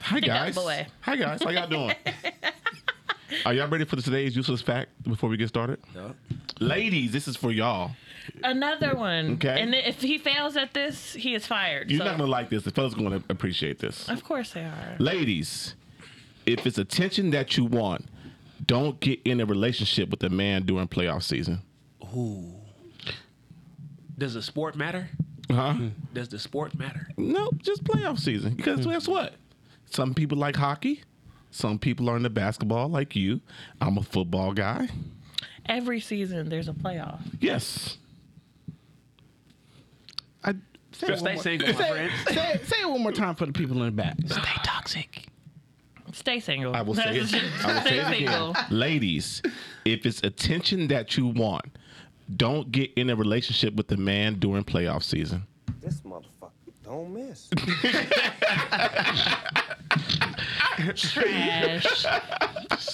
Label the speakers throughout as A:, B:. A: Hi
B: Pick up
A: guys.
B: boy.
A: Hi guys. How y'all doing? Are y'all ready for today's useless fact before we get started? Ladies, this is for y'all.
B: Another one.
A: Okay.
B: And if he fails at this, he is fired.
A: You're
B: so-
A: not gonna like this. The fellas gonna appreciate this.
B: Of course they are.
A: Ladies, if it's attention that you want, don't get in a relationship with a man during playoff season.
C: Does the sport matter?
A: Huh?
C: Does the sport matter?
A: No, just playoff season. Because
B: Hmm.
A: guess what? Some people like hockey. Some people are into basketball, like you. I'm a football guy.
B: Every season there's a playoff.
A: Yes.
D: I, say, it one
C: Stay
D: more,
C: single, my
D: say,
C: friend.
D: say it- say it one more time for the people in the back.
C: Stay toxic.
B: Stay single.
A: I will say it. I will say
B: Stay
A: it again.
B: single.
A: Ladies, if it's attention that you want, don't get in a relationship with a man during playoff season.
E: This motherfucker don't miss.
B: Trash.
D: This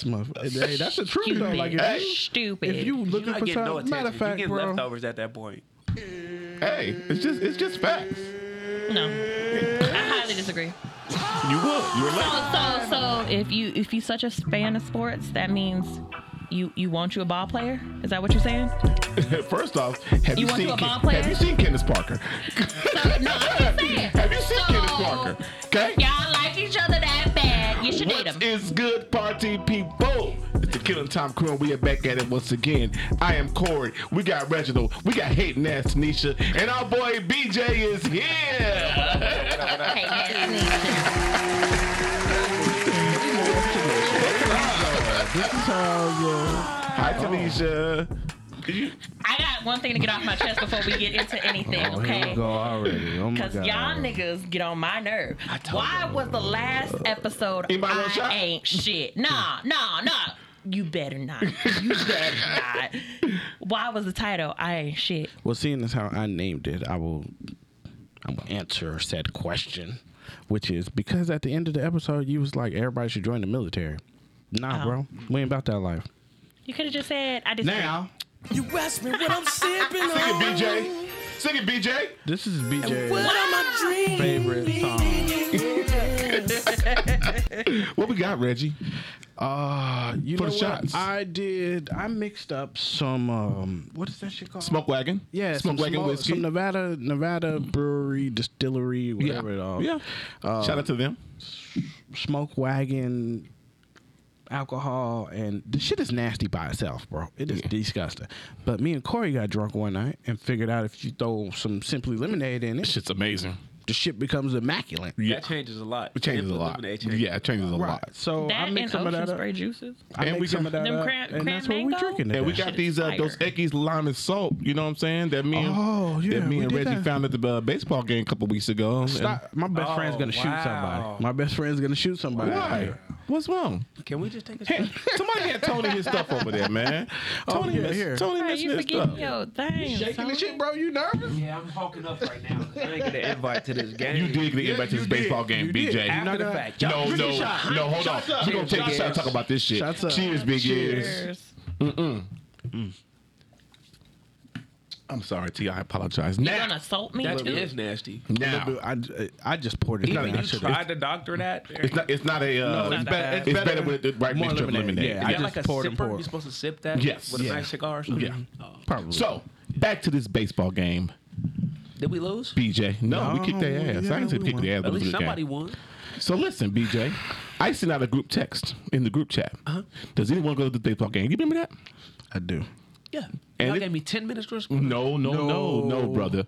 D: motherfucker- hey, that's the truth though. Like if,
B: Stupid.
D: you-
B: Stupid.
D: if you
C: You're
D: looking
C: not
D: for
C: getting no
D: something, matter
C: attention.
D: of
C: You're
D: fact,
C: getting
D: bro,
C: leftovers at that point.
A: Hey, it's just it's just facts.
B: no. I highly disagree.
A: You would. You're late.
B: So, so if you if you such a fan of sports, that means you you want you a ball player? Is that what you're saying?
A: First off, have you,
B: You want
A: seen
B: to a ball player?
A: have you seen Candace Parker?
B: So, no, I'm just saying.
A: Have you seen
B: So,
A: Candace Parker? Okay.
B: Y'all like each other that bad. You should date
A: What
B: them.
A: is good, party people? It's the Killing Tom Crew, and we are back at it once again. I am Corey. We got Reginald. We got Hating Ass Nisha, and our boy BJ is here.
B: Okay, yes.
D: this is how
A: Hi, Tanisha.
B: I got one thing to get off my chest before we get into anything,
D: you
B: okay?
D: Oh, go already. Oh my
B: Cause
D: god.
B: y'all niggas get on my nerve. Why was the last episode
A: Anybody want a
B: I
A: shot?
B: ain't shit? Nah, nah, nah. You better not. You better not. Why was the title I ain't shit?
D: Well, seeing as how I named it, I will I will answer said question, which is because at the end of the episode, you was like, everybody should join the military. Nah,
B: Oh.
D: bro, we ain't about that life.
B: You could have just said I just
D: Now,
F: You ask me what I'm sipping
A: Sing it,
F: on.
A: BJ. Sing it, BJ.
D: this is
F: What
D: BJ's
F: am I dreaming?
D: favorite song.
A: What we got, Reggie?
D: Uh, you
A: For
D: know
A: the
D: what?
A: shots.
D: I did. I mixed up some. Um, what is that shit called?
A: Smoke wagon.
D: Yeah,
A: Smoke
D: some,
A: wagon
D: small-
A: whiskey.
D: some Nevada Nevada brewery distillery,
A: yeah.
D: whatever it all.
A: yeah. Shout out to them.
D: smoke wagon alcohol and the shit is nasty by itself bro it is disgusting but me and corey got drunk one night and figured out if you throw some simply lemonade in it
A: Shit's amazing.
D: the shit becomes immaculate
A: Yeah.
C: That changes a lot.
A: It changes a lot.
C: Eliminate change.
A: Yeah, it changes a lot.
D: so i
B: that
D: make
B: and
D: some of
B: ocean
D: that up
B: spray juices.
D: i
A: And
D: make
A: we
D: some
A: got-
D: of that
B: Them
D: up,
B: cran-
D: and
B: cran
D: that's what we
B: mango?
D: drinking
A: And we
D: today.
A: got these uh,
B: Fire.
A: those Eckies lime and salt. You know what I'm saying? That me and,
D: Oh, yeah,
A: that me
D: we
A: and
D: did
A: Reggie
D: that.
A: found at the uh, baseball game a couple weeks ago.
D: Stop. my best
C: Oh,
D: friend's gonna shoot
C: wow.
D: somebody my best friend's gonna shoot somebody
A: And- Why? What's wrong?
C: Can we just take a
A: Hey,
C: shot?
A: somebody had Tony his stuff over there, man.
D: Oh,
A: Tony,
D: yeah,
A: miss-
D: here.
A: Tony
B: Bro,
A: missing
B: you
A: his stuff.
B: forgetting yo things.
D: shaking
B: huh?
D: the shit bro you nervous
C: Yeah, I'm hawking up right now. I didn't get an invite to this game.
A: You did get invited to this
D: you
A: baseball
D: did.
A: game,
D: You
A: BJ.
D: did.
C: After
D: Not
C: the
D: gonna-
C: fact.
A: No,
C: Y'all
A: no,
C: drink
A: no,
C: your shot.
A: hold on.
D: Shots up.
A: We're gonna take a
C: Shots
A: shot and
C: up.
A: talk about this shit.
D: Shots up.
A: Cheers, big ears.
B: Cheers.
A: I'm sorry, T. I apologize.
B: You
A: Now,
B: gonna assault me
C: That
B: too?
C: is nasty.
A: now,
D: I, I just poured it
A: not
D: in.
A: even
D: I
C: You
D: should've-
C: tried to doctor that?
A: it's not. It's not a. Uh,
B: it's
A: it's,
B: not bad.
A: better, it's better with the right
D: More
A: mixture of
D: lemonade.
A: lemonade.
D: Yeah,
C: Is
D: I
C: that
D: just
C: like a
D: poured and
C: sipper?
D: poured.
C: You're supposed to sip that
A: Yes.
C: with a
A: Yeah.
C: nice cigar or something?
A: Yeah.
C: Oh.
D: Probably.
A: So back to this baseball game,
C: Did we lose?
A: BJ. No, we kicked their
D: No,
A: ass. I
D: yeah,
A: ain't say
D: we
A: kick
D: won.
A: their ass, but
C: At
A: it was
C: least
A: a good
C: somebody
A: game.
C: won.
A: So listen, BJ, I sent out a group text in the group chat.
C: Uh-huh.
A: Does anyone go to the baseball game? You remember that?
D: I do.
C: Yeah.
A: And
C: Y'all
A: it- Mm-hmm.
C: gave me 10 minutes to respond.
A: No, no, no, no, brother.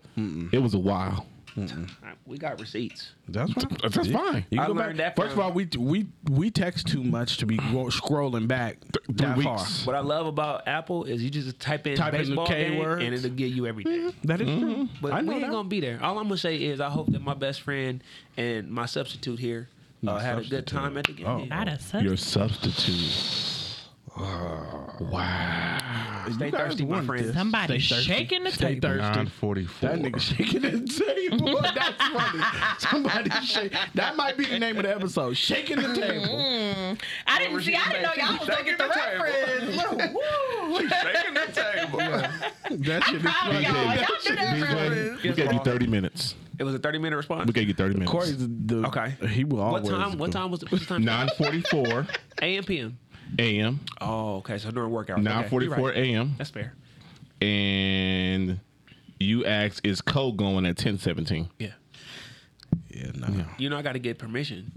A: It was a while.
C: We got receipts.
D: That's fine.
A: That's fine.
D: You
C: I
D: go back.
C: learned that
D: First of
C: from-
D: all, we we we text too much to be go- scrolling back that
A: weeks.
D: far.
C: What I love about Apple is you just type in
D: Type in the
C: baseball
D: K
C: game
D: words.
C: and it'll give you everything.
D: That is true.
C: Mm-hmm. But
D: I
C: we
D: know
C: ain't
D: that.
C: gonna be there. All I'm gonna say is I hope that my best friend and my substitute here uh, had a good time
D: Oh,
C: at the game.
B: Not a sub-
A: Your substitute. wow.
C: Stay
D: You guys
C: thirsty, my
D: wanted
C: friend.
D: this.
B: Somebody
D: Stay thirsty.
B: shaking the
D: Stay
B: table.
D: thirsty.
A: Nine forty four.
D: That nigga shaking the table. That's funny. Somebody shake. That might be the name of the episode. Shaking the
B: Mm.
D: table.
B: I didn't see. I didn't know y'all was gonna get the reference.
C: Shaking the table.
D: That shit
B: proud
D: is
B: of
D: funny.
B: y'all. Y'all do that
A: BJ,
B: reference.
A: we gave you thirty minutes.
C: It was a 30 minute response.
A: We gave you thirty minutes.
D: Corey's the, the
C: Okay.
D: He will always.
C: What time? What
D: go.
C: time was it? What time?
A: Nine forty four
C: A.M. P.M.
A: a.m.
C: Oh, okay. So during work hours. Okay,
A: Nine forty
C: you're
A: four
C: right.
A: a.m.
C: That's fair.
A: And you asked, is code going at ten seventeen?
C: Yeah.
D: Yeah, no.
C: You know I got to get permission.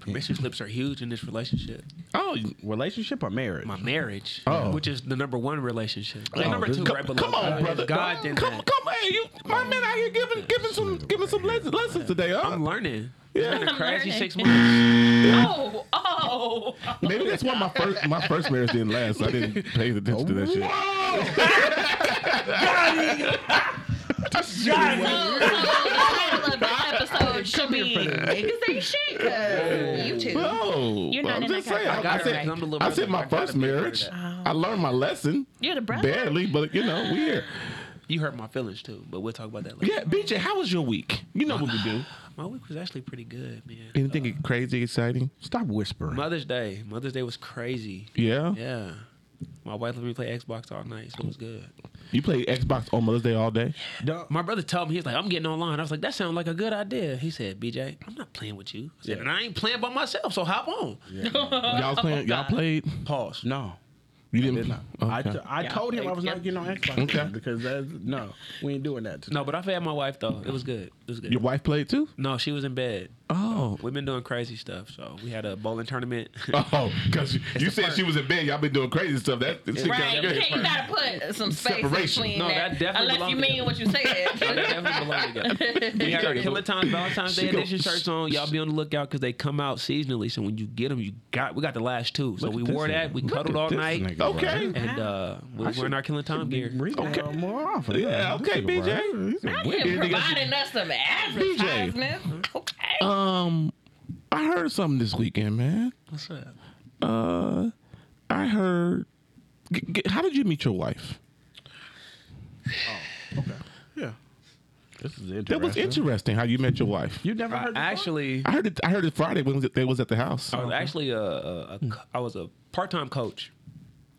C: Permission slips are huge in this relationship.
D: Oh, relationship or marriage?
C: My marriage,
D: Oh.
C: which is the number one relationship. Like,
D: Oh,
C: number
D: this-
C: two,
A: Come,
C: right below.
A: come on,
C: God.
A: brother.
C: God
A: come,
C: did
A: come,
C: that.
A: come, hey, you, my man out here giving, giving some, giving some lessons, lessons today. Huh?
C: I'm learning. It's been a
B: I'm
C: crazy
B: learning.
C: six months.
B: Oh, oh.
A: Maybe that's why my first, my first marriage didn't last. I didn't pay attention to that shit.
B: So, so the title of this episode should be "Niggas Ain't Shit" 'cause you two.
A: No,
B: You're not
A: I'm
B: in
A: just
B: that
A: saying. I,
B: category.
A: I said,
B: Alright.
C: I'm the little
A: I said
C: brother.
A: my
C: I gotta
A: first
C: be a part of
A: marriage.
C: that.
A: I learned my lesson.
B: You're the brother.
A: Barely, but you know, we here.
C: You hurt my feelings too, but we'll talk about that later.
A: Yeah, BJ, how was your week? You know what we do.
C: My week was actually pretty good, man.
A: Anything crazy, exciting?
D: Stop whispering.
C: Mother's Day. Mother's Day was crazy.
A: Yeah.
C: Yeah. My wife let me play Xbox all night, so it was good.
A: You played Xbox on Mother's Day all day?
D: Don't-
C: My brother told me, he was like, I'm getting online. I was like, that sounds like a good idea. He said, BJ, I'm not playing with you. I said, and I ain't playing by myself, so hop on.
A: Y'all playing? Y'all played?
C: Pause.
D: no.
A: You didn't?
D: Did not. I,
A: Okay.
D: t- I told him I was not getting on Xbox
A: Okay.
D: because that's no, we ain't doing that.
C: No, but I fed my wife, though. It was good. It was good.
A: Your wife played too?
C: no, she was in bed.
A: Oh.
C: We've been doing crazy stuff. So we had a bowling tournament.
A: Oh, because you, you
C: the
A: said
C: perk.
A: she was in bed. Y'all been doing crazy stuff. That that shit
B: Right,
A: kinda
B: you,
A: good.
B: can't, you gotta put some space
A: Separation.
B: between
C: No,
B: that,
C: that definitely
B: unless you
C: belong
B: mean what you said.
C: Definitely belong together. We got our Valentine's, Valentine's Day
A: She go-
C: edition shirts on. Y'all be on the lookout because they come out seasonally. So when you get them, you got. We got the last two. So
D: Look
C: we
D: at this
C: wore that.
D: nigga.
C: We
D: Look
C: cuddled
D: at
C: all
D: this
C: night.
D: nigga,
A: Okay.
C: And uh, we were wearing our killing time gear.
D: Read
A: Okay.
D: okay. more often.
A: Yeah,
D: This
A: okay,
D: nigga,
A: BJ.
D: bro. He's a
B: Not
D: wicked-
B: him providing us some advertisement. Okay.
A: Um, I heard something this weekend, man.
C: What's up?
A: Uh, I heard. G- g- how did you meet your wife?
D: Yeah. This is interesting.
A: That was interesting. How you met your wife?
D: You never
C: I
D: heard Oh, this before?
C: actually,
A: I heard it. I heard it Friday when they was at the house.
C: I was actually a, a, a co- I was a part time coach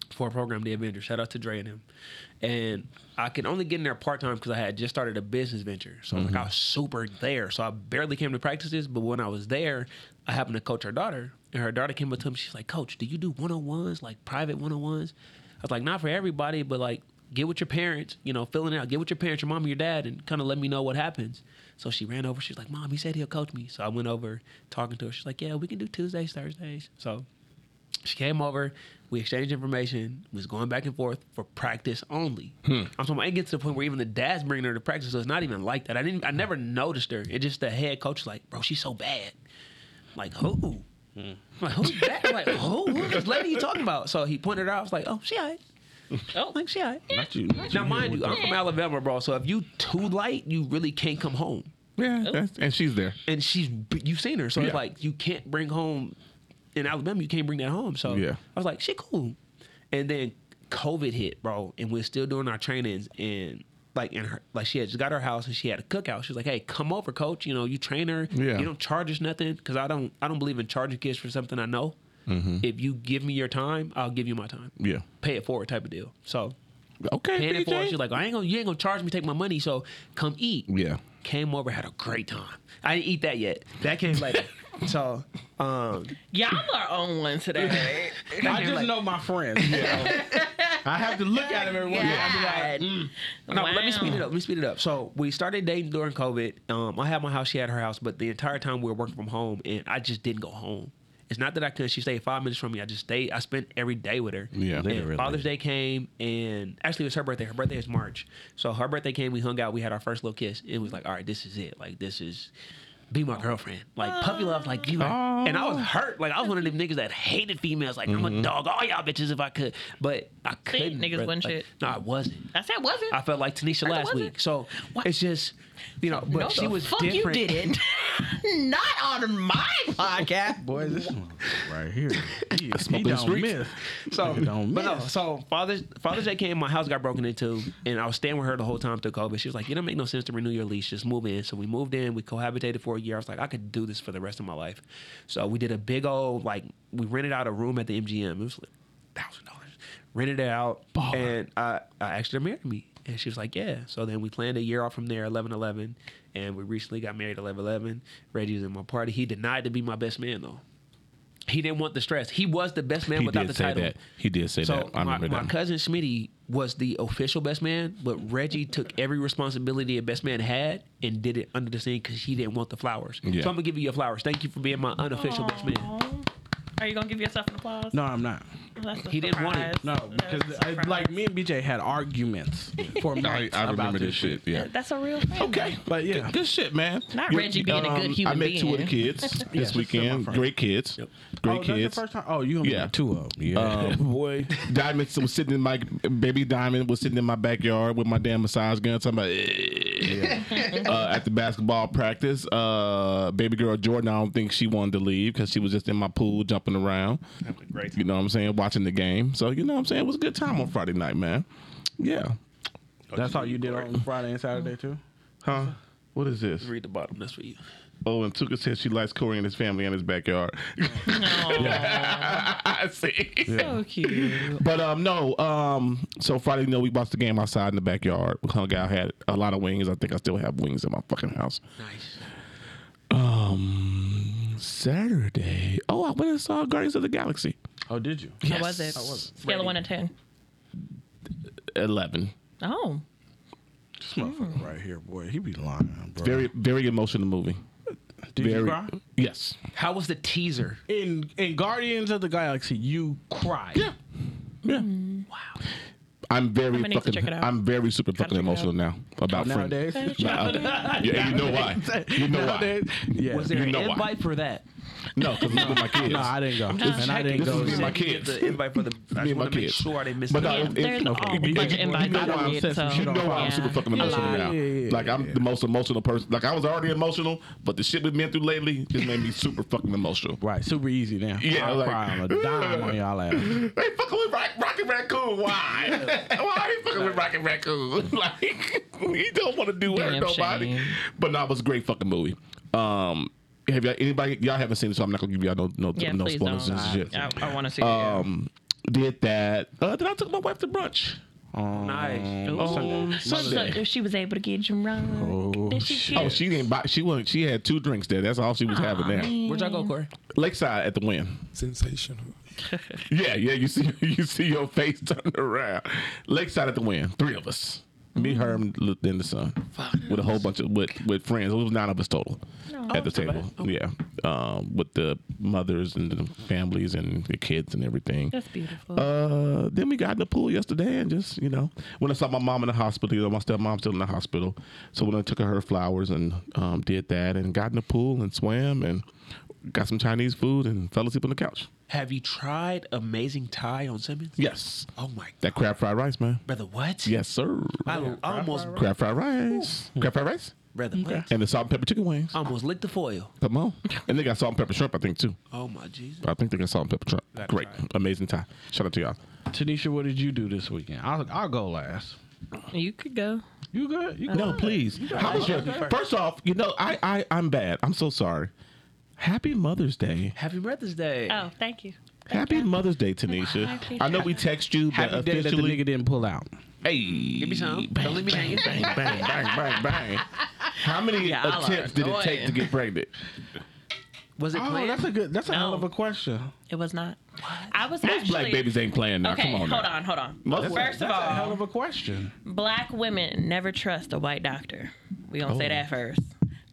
C: for a program, The Avengers. Shout out to Dre and him. And I could only get in there part time because I had just started a business venture. So I was like I was super there. So I barely came to practices. But when I was there, I happened to coach her daughter, and her daughter came up to me. She's like, "Coach, do you do one on ones, like private one on ones?" I was like, "Not for everybody, but like." Get with your parents, you know, filling out. Get with your parents, your mom, or your dad, and kind of let me know what happens. So she ran over. She's like, "Mom, he said he'll coach me." So I went over, talking to her. She's like, "Yeah, we can do Tuesdays, Thursdays." So she came over. We exchanged information. Was going back and forth for practice only. I'm talking. About, it gets to the point where even the dad's bringing her to practice. So it's not even like that. I didn't. I never noticed her. It just the head coach. Like, bro, she's so bad. I'm like who? I'm like who's that? I'm like who? Who this lady you talking about? So he pointed her out. I was like, oh, she alright. Oh, like she alright.
D: Not you.
C: Now mind you, I'm from Alabama, bro. So if you too light, you really can't come home
A: yeah, that's, and she's there.
C: and she's you've seen her, so
A: Yeah.
C: it's like you can't bring home in Alabama. You can't bring that home. So
A: Yeah.
C: I was like, she cool. And then COVID hit, bro, and we're still doing our trainings and. Like in her, like she had just got her house and she had a cookout. She was like, "Hey, come over, coach. You know, you train her.
A: Yeah.
C: You don't charge us nothing because I don't, I don't believe in charging kids for something I know. If you give me your time, I'll give you my time.
A: Mm-hmm. Yeah.
C: Pay it forward type of deal. So paying
A: Okay,
C: it forward,
A: BJ.
C: she's like, I ain't gonna, you ain't gonna charge me, take my money. So come eat
A: yeah.
C: came over, had a great time. I didn't eat that yet. That came later. so um,
B: Y'all are on one today.
C: that
D: I
C: came
D: just
C: later.
D: know my friends. you know. I have to look at him every once in a while.
B: God.
C: No, but let me
B: Wow.
C: speed it up. Let me speed it up. So we started dating during COVID. Um, I had my house, she had her house, but the entire time we were working from home, and I just didn't go home. It's not that I could. She stayed five minutes from me. I just stayed. I spent every day with her.
A: Yeah.
C: And
A: Literally.
C: Father's Day came, and actually it was her birthday. Her birthday is March, so her birthday came. We hung out. We had our first little kiss. It was like, all right, this is it. Like this is. Be my girlfriend, like puppy love, like be my. And I was hurt, like I was one of them niggas that hated females. Like I'm a dog, all y'all bitches if I could, but I couldn't.
B: niggas
C: bro.
B: wasn't
C: Like,
B: shit.
C: No, I wasn't.
B: I said wasn't.
C: I felt like Tanisha
B: Right,
C: last
B: was
C: week.
B: it?
C: So it's just, you know, but
B: no,
C: she
B: the
C: was
B: fuck
C: different.
B: you didn't. Not on my podcast.
D: Boy, this one right here. He, he
A: Smoking the
D: don't
A: streets.
D: miss.
C: So,
D: Don't
C: but no,
D: miss.
C: so Father Father's Day came, my house got broken into, and I was staying with her the whole time through COVID. She was like, "It don't make no sense to renew your lease. Just move in." So we moved in. We cohabitated for a year. I was like, "I could do this for the rest of my life." So we did a big old like we rented out a room at the MGM. It was like thousand dollars. Rented it out, and I, I asked her to marry me, and she was like, "Yeah." So then we planned a year off from there, 11-11, and we recently got married 11-11. Reggie was in my party. He denied to be my best man though. He didn't want the stress. He was the best man
A: He
C: without
A: did
C: the
A: say
C: title.
A: that. He did say
C: So
A: that. I
C: my,
A: remember
C: my
A: that.
C: cousin Schmitty was the official best man, but Reggie took every responsibility a best man had and did it under the sink because he didn't want the flowers.
A: Yeah.
C: So I'm gonna give you your flowers. Thank you for being my unofficial best man.
B: Are you gonna give yourself an applause?
D: No, I'm not.
B: That's a
C: He didn't want it.
B: surprise.
D: No, because
B: That's a
D: I,
B: surprise.
D: like me and BJ had arguments for
A: I,
D: nights
A: I
D: about
A: remember
D: this
A: this shit. Yeah.
B: That's a real thing.
A: Okay,
D: But Uh, yeah.
A: good, good shit, man.
B: Not
A: You-
B: Reggie being a good human
A: I met two of the
B: being.
A: kids this
D: still my
A: weekend.
D: friend.
A: Great kids, great
D: oh, that's
A: kids.
D: The first time? Oh, you only
A: Yeah.
D: yeah. two of them. Yeah.
A: Uh, boy, Diamond was sitting in my baby Diamond was sitting in my backyard with my damn massage gun. Talking about eh. uh, at the basketball practice. Uh, baby girl Jordan, I don't think she wanted to leave because she was just in my pool jumping around.
C: Great.
A: You know what I'm saying? Watching the game. So you know what I'm saying? It was a good time on Friday night, man. Yeah.
D: That's all you did on Friday and Saturday too.
A: Huh? What is this?
C: Read the bottom. That's for you.
A: Oh, and Tuka says she likes Corey and his family and his backyard. I see.
B: So cute.
A: But um, no. Um, so Friday, you know, we watched the game outside in the backyard. We hung out, had a lot of wings. I think I still have wings in my fucking house.
C: Nice.
A: Um, Saturday. Oh, I went and saw Guardians of the Galaxy.
D: Oh, did you?
B: How was it? Scale of one to ten.
A: Eleven.
B: Oh,
D: This motherfucker right here, boy. He be lying, bro.
A: Very, very emotional movie.
D: did
A: very-
D: you cry?
A: Yes.
C: How was the teaser?
D: In in Guardians of the Galaxy, you cried.
A: Yeah. Yeah. Wow. I'm very
B: gonna need to
A: fucking.
B: check it out.
A: I'm very super
B: Gotta
A: fucking
B: check it
A: emotional now about Friends. uh,
D: Nowadays,
A: Yeah, and you know why. You know why.
D: nowadays, yeah.
C: Was there
A: You
C: an
A: know why.
C: invite for that?
A: No, because it was with my kids.
D: no, I didn't go, and I didn't
A: This
D: go.
A: is
D: either.
A: my
C: Check to get
A: kids.
C: The invite for the. I
A: Me
C: just
A: and my
C: want to make
A: kids.
C: sure I didn't miss
A: But Uh, no,
C: nothing.
B: Yeah,
A: it-
B: there's
A: it-
B: a whole
A: you-
B: bunch of
A: you-
B: invites
A: you
B: I
A: know why
B: didn't
A: I'm
B: get,
A: sensitive.
B: so-
A: You know why
B: Yeah.
A: I'm super fucking emotional
D: Yeah,
A: now.
D: yeah, yeah,
A: like I'm
D: yeah.
A: the most emotional person. Like I was already emotional, but the shit we've been through lately just made me super fucking emotional.
D: Right, super easy now.
A: Yeah,
D: I'll
A: like-
D: cry on a dime on y'all ass.
A: They fucking with Rock, Rocket Raccoon. Why? Why are they fucking with Rocket Raccoon? like he don't want to do it to
B: Damn
A: nobody.
B: shame.
A: But no, it was a great fucking movie. Um, have y'all anybody y'all haven't seen it, so I'm not gonna give y'all no no
B: yeah.
A: no
B: please
A: spoilers
B: don't.
A: and shit.
B: I, I want to see. it, yeah.
A: Um, did that. Uh, then I took my wife to brunch.
C: nice.
A: on
B: Um, So, so
A: Sunday.
B: if she was able to get drunk, did she get?
A: Oh, she didn't buy. She wasn't. She had two drinks there. That's all she was having there.
C: Where'd y'all go, Corey?
A: Lakeside at the Win.
F: Sensational.
A: Yeah, yeah. You see, you see your face turn around. Lakeside at the Win. Three of us. Me, her, and Lil- then the son, with a whole bunch of with with friends. It was nine of us total at the table. Yeah, um, with the mothers and the families and the kids and everything.
B: That's beautiful.
A: Uh, then we got in the pool yesterday and just you know when I saw my mom in the hospital, you know, my stepmom's still in the hospital, so when I took her her flowers and um, did that and got in the pool and swam and got some Chinese food and fell asleep on the couch.
C: Have you tried Amazing Thai on Simmons?
A: Yes,
C: Oh my god,
A: that crab fried rice, man.
C: brother, what?
A: Yes, sir.
C: I, I almost,
A: Crab fried rice, crab fried rice,
C: brother, what?
A: and the salt and pepper chicken wings.
C: I almost licked the foil.
A: Come on, and they got salt and pepper shrimp, I think too.
C: Oh my Jesus.
A: I think they got salt and pepper shrimp.
C: That's
A: Great,
C: right.
A: amazing time. Shout out to y'all.
D: Tanisha, what did you do this weekend? I'll, I'll go last.
B: you could go.
D: You good? You good?
A: No, please. How was your first off? You know, I I I'm bad. I'm so sorry. Happy Mother's Day.
C: Happy Mother's Day.
B: Oh, thank you.
A: Happy Mother's Day, Tanisha.
B: Happy-
A: I know we text you, but
D: Happy day that the
A: officially,
D: nigga didn't pull out.
A: hey,
C: Give me some. Don't leave me hanging.
A: Bang, bang, bang, bang, bang. How many
B: Y'all are
A: attempts did it take to
B: annoying.
A: get pregnant?
C: Was it
D: Oh,
C: planned?
D: that's a good. That's a hell
B: No.
D: of a question.
B: It was not. I was
A: Most
B: actually.
A: black babies ain't playing now.
B: okay,
A: Come on,
B: hold
A: now.
B: on, hold on.
A: Most-
B: First of
D: That's a hell
B: all,
D: of a question.
B: black women never trust a white doctor. We gonna say that first.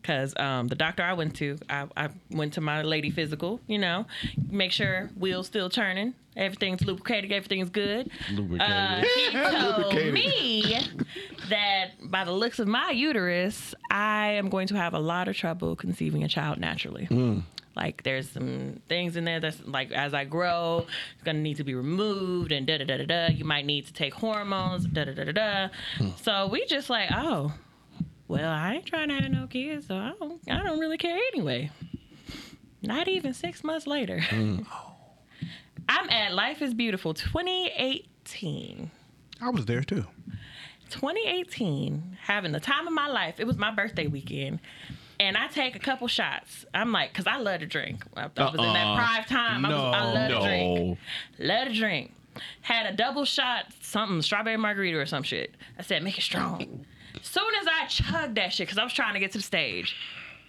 B: Cause um, the doctor I went to, I, I went to my lady physical. You know, make sure wheels still turning, everything's lubricated, everything's good. Uh, he told
A: Lubricated.
B: me that by the looks of my uterus, I am going to have a lot of trouble conceiving a child naturally. Like there's some things in there that's like as I grow, it's gonna need to be removed and da da da da Hmm. da. You might need to take hormones, da da da da da. So we just like, oh, well, I ain't trying to have no kids, so I don't, I don't really care anyway. Not even six months later. I'm at Life is Beautiful 2018.
D: I was there too.
B: 2018, having the time of my life. It was my birthday weekend. And I take a couple shots. I'm like, because I love to drink. I, I was in that
A: Uh-uh.
B: prime time. I, was, I love
A: no.
B: to drink. Love to drink. Had a double shot, something, strawberry margarita or some shit. I said, make it strong. Soon as I chugged that shit, because I was trying to get to the stage,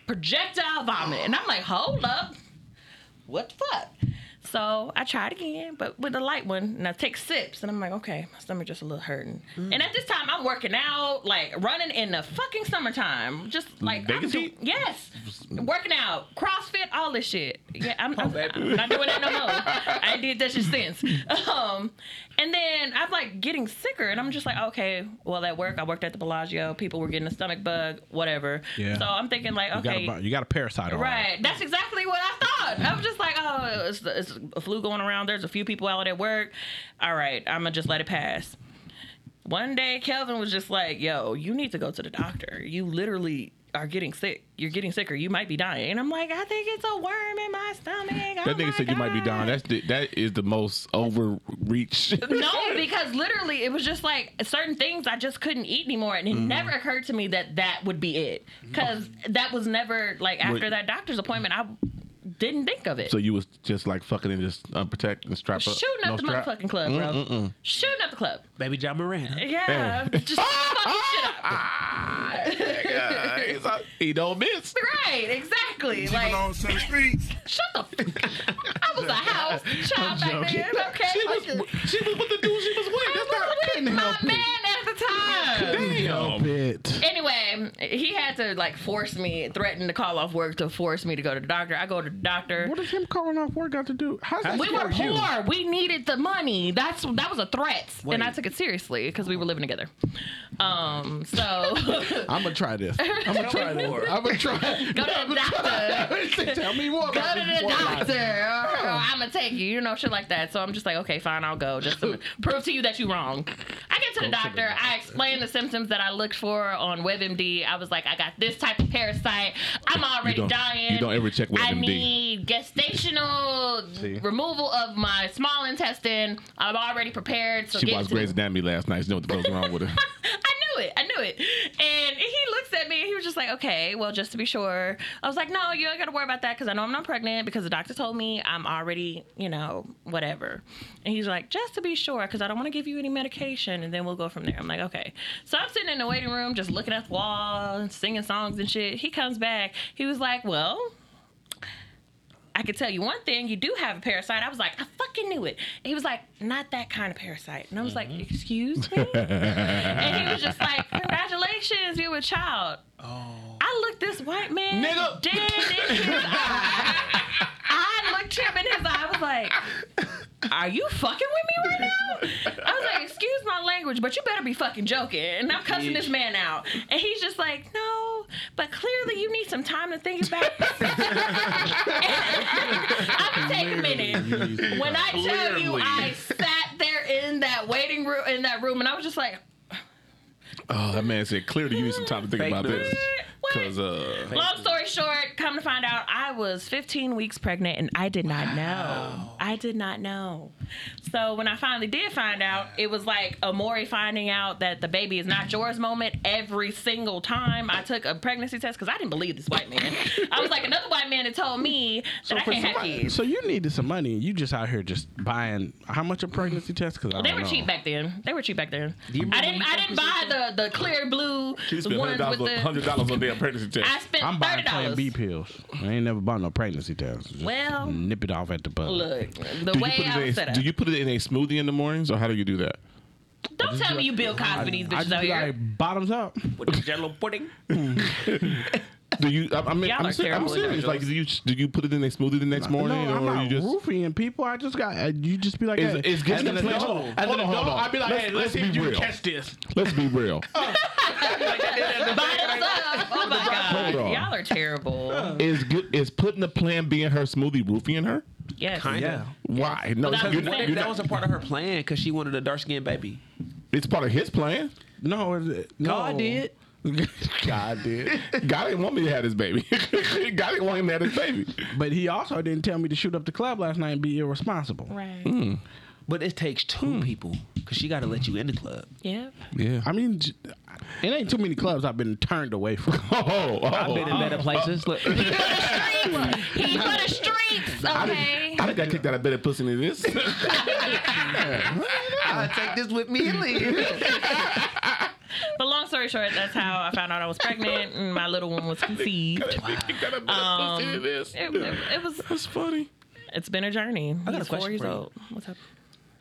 B: projectile vomit. And I'm like, hold up. What the fuck? So I tried again, but with a light one, and I take sips, and I'm like, okay, my stomach just a little hurting. And at this time, I'm working out, like running in the fucking summertime, just like I'm
A: Vegas
B: do-
A: heat?
B: yes, working out, CrossFit, all this shit. Yeah, I'm, I'm, I'm not doing that no more. I ain't did that shit since. Um, and then I'm like getting sicker, and I'm just like, okay, well at work, I worked at the Bellagio, people were getting a stomach bug, whatever.
D: Yeah.
B: So I'm thinking like,
D: You,
B: okay,
D: got a, bu- you got a parasite on.
B: Right. That's exactly what I thought. I was just like, oh, it's, it's a flu going around. There's a few people out at work. All right, I'm going to just let it pass. One day, Kelvin was just like, yo, you need to go to the doctor. You literally are getting sick. You're getting sicker. You might be dying. And I'm like, I think it's a worm in Oh my stomach.
A: That nigga said you might be down. That's the, that is the most overreach.
B: no, because literally it was just like certain things I just couldn't eat anymore, and it
A: Mm-hmm.
B: never occurred to me that that would be it, because that was never like after
A: Wait.
B: that doctor's appointment, I didn't think of it.
A: so you was just like fucking and just unprotect and strap up.
B: Shooting up
A: No
B: the
A: strap?
B: motherfucking club, bro. Shooking up the club.
C: Baby John Moran.
B: Yeah, just fucking shit up.
A: Yeah, Ah, he's a- he don't miss.
B: Right, exactly. Like, shut the. F- I was a house child back then. Okay,
A: She was,
B: Like,
A: she was with the dude she was with. That's not
B: I was with my
D: help it.
B: man at the time.
A: damn.
D: Bit.
B: Anyway, he had to like force me, threaten to call off work to force me to go to the doctor. I go to the doctor.
D: What does him calling off work got to do? How's that
B: We were
D: scare you?
B: poor. We needed the money. That's that was a threat, and I
C: Wait.
B: took it seriously because we were living together. Um, so
D: I'm gonna try this. I'm gonna try this. I'm gonna try.
B: go to the doctor.
D: Tell me more.
B: Go
D: about
B: to
D: this
B: the
D: boy.
B: doctor, or, I'm gonna take you, you know, shit like that. So I'm just like, okay, fine, I'll go, just to prove to you that you're wrong. I get to the doctor. I explain the symptoms that I looked for on WebMD. I was like, I got this type of parasite. I'm already
A: don't-
B: dying.
A: you don't ever check
B: I
A: WebMD.
B: need gestational removal of my small intestine. I'm already prepared. So
A: She
B: get
A: watched
B: to the
A: Grey's Anatomy last night. She know what the fuck's wrong with her.
B: I knew it. I knew it. And he looks at me and he was just like, okay, well, just to be sure. I was like, no, you ain't got to worry about that because I know I'm not pregnant because the doctor told me I'm already, you know, whatever. And he's like, just to be sure because I don't want to give you any medication and then we'll go from there. I'm like, okay. So I'm sitting in the waiting room just looking at the wall, singing songs and shit. He comes back. He was like, well, I could tell you one thing, you do have a parasite. I was like, I fucking knew it. He was like, not that kind of parasite. And I was like, excuse me? and he was just like, congratulations, you were a child. I looked this white man
A: Nigga.
B: dead in his eye. I looked him in his eye. I was like, are you fucking with me right now? I was like, excuse my language, but you better be fucking joking. And I'm cussing this man out. And he's just like, no, but clearly you need some time to think about I'm gonna take a minute. When I tell you, I sat there in that waiting room, in that room, and I was just like,
A: Oh, that man said clearly you need some time to think
C: Fake
A: about
C: news.
A: this.
B: What?
A: Cause uh,
B: Long story short, come to find out, I was 15 weeks pregnant and I did not know. I did not know. So when I finally did find out, it was like Amori finding out that the baby is not yours moment every single time I took a pregnancy test because I didn't believe this white man. I was like, another white man that told me that I
D: for
B: can't have
D: somebody-
B: kids.
D: so you needed some money. You just out here just buying how much a pregnancy test? Because
B: They were cheap back then. They were cheap back then.
C: you remember
B: I didn't.
C: when
B: I
C: you
B: didn't buy
C: fucked
B: the the clear blue
A: she spent hundred
B: ones
A: dollars
B: with
A: on hundred
B: the.
A: dollars on damn pregnancy test.
B: I spent
D: I'm
B: thirty
D: buying Plan
B: dollars.
D: B pills. I ain't never bought no pregnancy test. Just
B: Well,
D: nip it off at the butt.
B: Look, the
A: do Mm. you,
B: way
A: put
B: I was
A: it
B: set
A: in a,
B: up.
A: do you put it in a smoothie in the mornings, or how do you do that?
B: Don't tell me you Bill Cosby these
D: I
B: bitches
D: just
B: out
D: be
B: here.
D: like bottoms up.
C: With the jello pudding.
A: Do you? I, I mean,
B: Y'all
A: I'm,
B: are
A: ser- I'm
B: terrible at
A: serious.
B: that.
A: Like, do you do you put it in a smoothie the next
D: no,
A: morning,
D: I'm
A: or
D: not
A: you just?
D: roofing people. I just got. uh, You just be like,
A: Is-
D: that.
A: is getting
D: As an
A: the
D: adult-
A: hold on,
D: as an
A: hold on,
D: adult,
A: hold on.
D: I'd be like,
A: Let's-
D: hey,
A: let's
D: let's
A: be
D: see if you
A: real.
D: can catch this.
A: Let's be real.
B: Bottoms up. Oh my god,
A: Hold on.
B: y'all are terrible.
A: is good, is putting a Plan B in her smoothie roofing her?
B: Yes.
C: Kinda.
D: Yeah.
A: Why? No,
B: Without
A: you're
B: the
A: not,
B: fact
A: you're
C: That
A: not,
C: was a part of her plan because she wanted a dark skinned baby.
A: it's part of his plan.
D: No, it- no.
C: God did.
D: God did.
A: God didn't want me to have this baby. God didn't want him to have this baby.
D: But he also didn't tell me to shoot up the club last night and be irresponsible.
B: Right.
C: But it takes two people because she got to let you in the club.
B: Yep.
A: Yeah.
D: I mean, j- it ain't too many clubs I've been turned away from.
A: Oh, oh,
C: I've been in better places. Look,
G: He for the streets,
A: I didn't,
G: okay?
A: I didn't got kicked out of better pussy than this.
C: I take this with me and leave.
B: But long story short, that's how I found out I was pregnant and my little one was conceived.
A: kicked out of better pussy than this.
B: It, it- it was.
A: That's funny.
B: It's been a journey.
C: got a
B: He's four
C: question
B: years
C: for you.
B: old. What's up?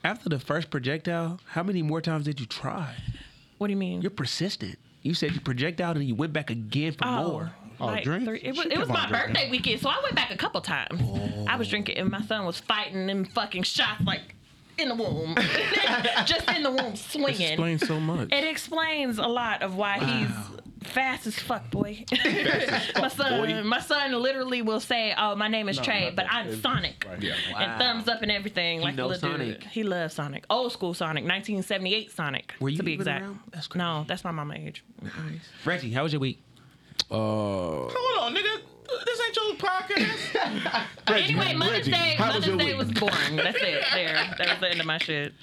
C: After the first projectile, how many more times did you try?
B: What do you mean?
C: You're persistent. You said you projectile and you went back again for more.
D: Oh,
B: like
D: drink?
B: three- it was,
D: She
B: it was
D: kept
B: my
D: on drinking.
B: birthday weekend, so I went back a couple times. I was drinking, and my son was fighting them fucking shots like in the womb, just in the womb swinging.
H: Explains so much.
B: it explains a lot of why he's fast as fuck, boy. my son, my son literally will say, "Oh, my name is Trey, but I'm Sonic."
A: Yeah.
B: And thumbs up and everything. like
C: knows
B: the little dude.
C: Sonic.
B: He loves Sonic. Old school Sonic, 1978 Sonic.
C: Were you
B: to be
C: even
B: exact.
C: around? That's crazy.
B: no, that's my mama age.
C: Reggie, how was your week?
A: Hold on, nigga. This ain't your podcast.
B: Anyway, Mother's
A: Reggie,
B: Day,
A: how was
B: Mother's
A: your
B: Day
A: week?
B: was boring. That's it. There, that was the end of my shit.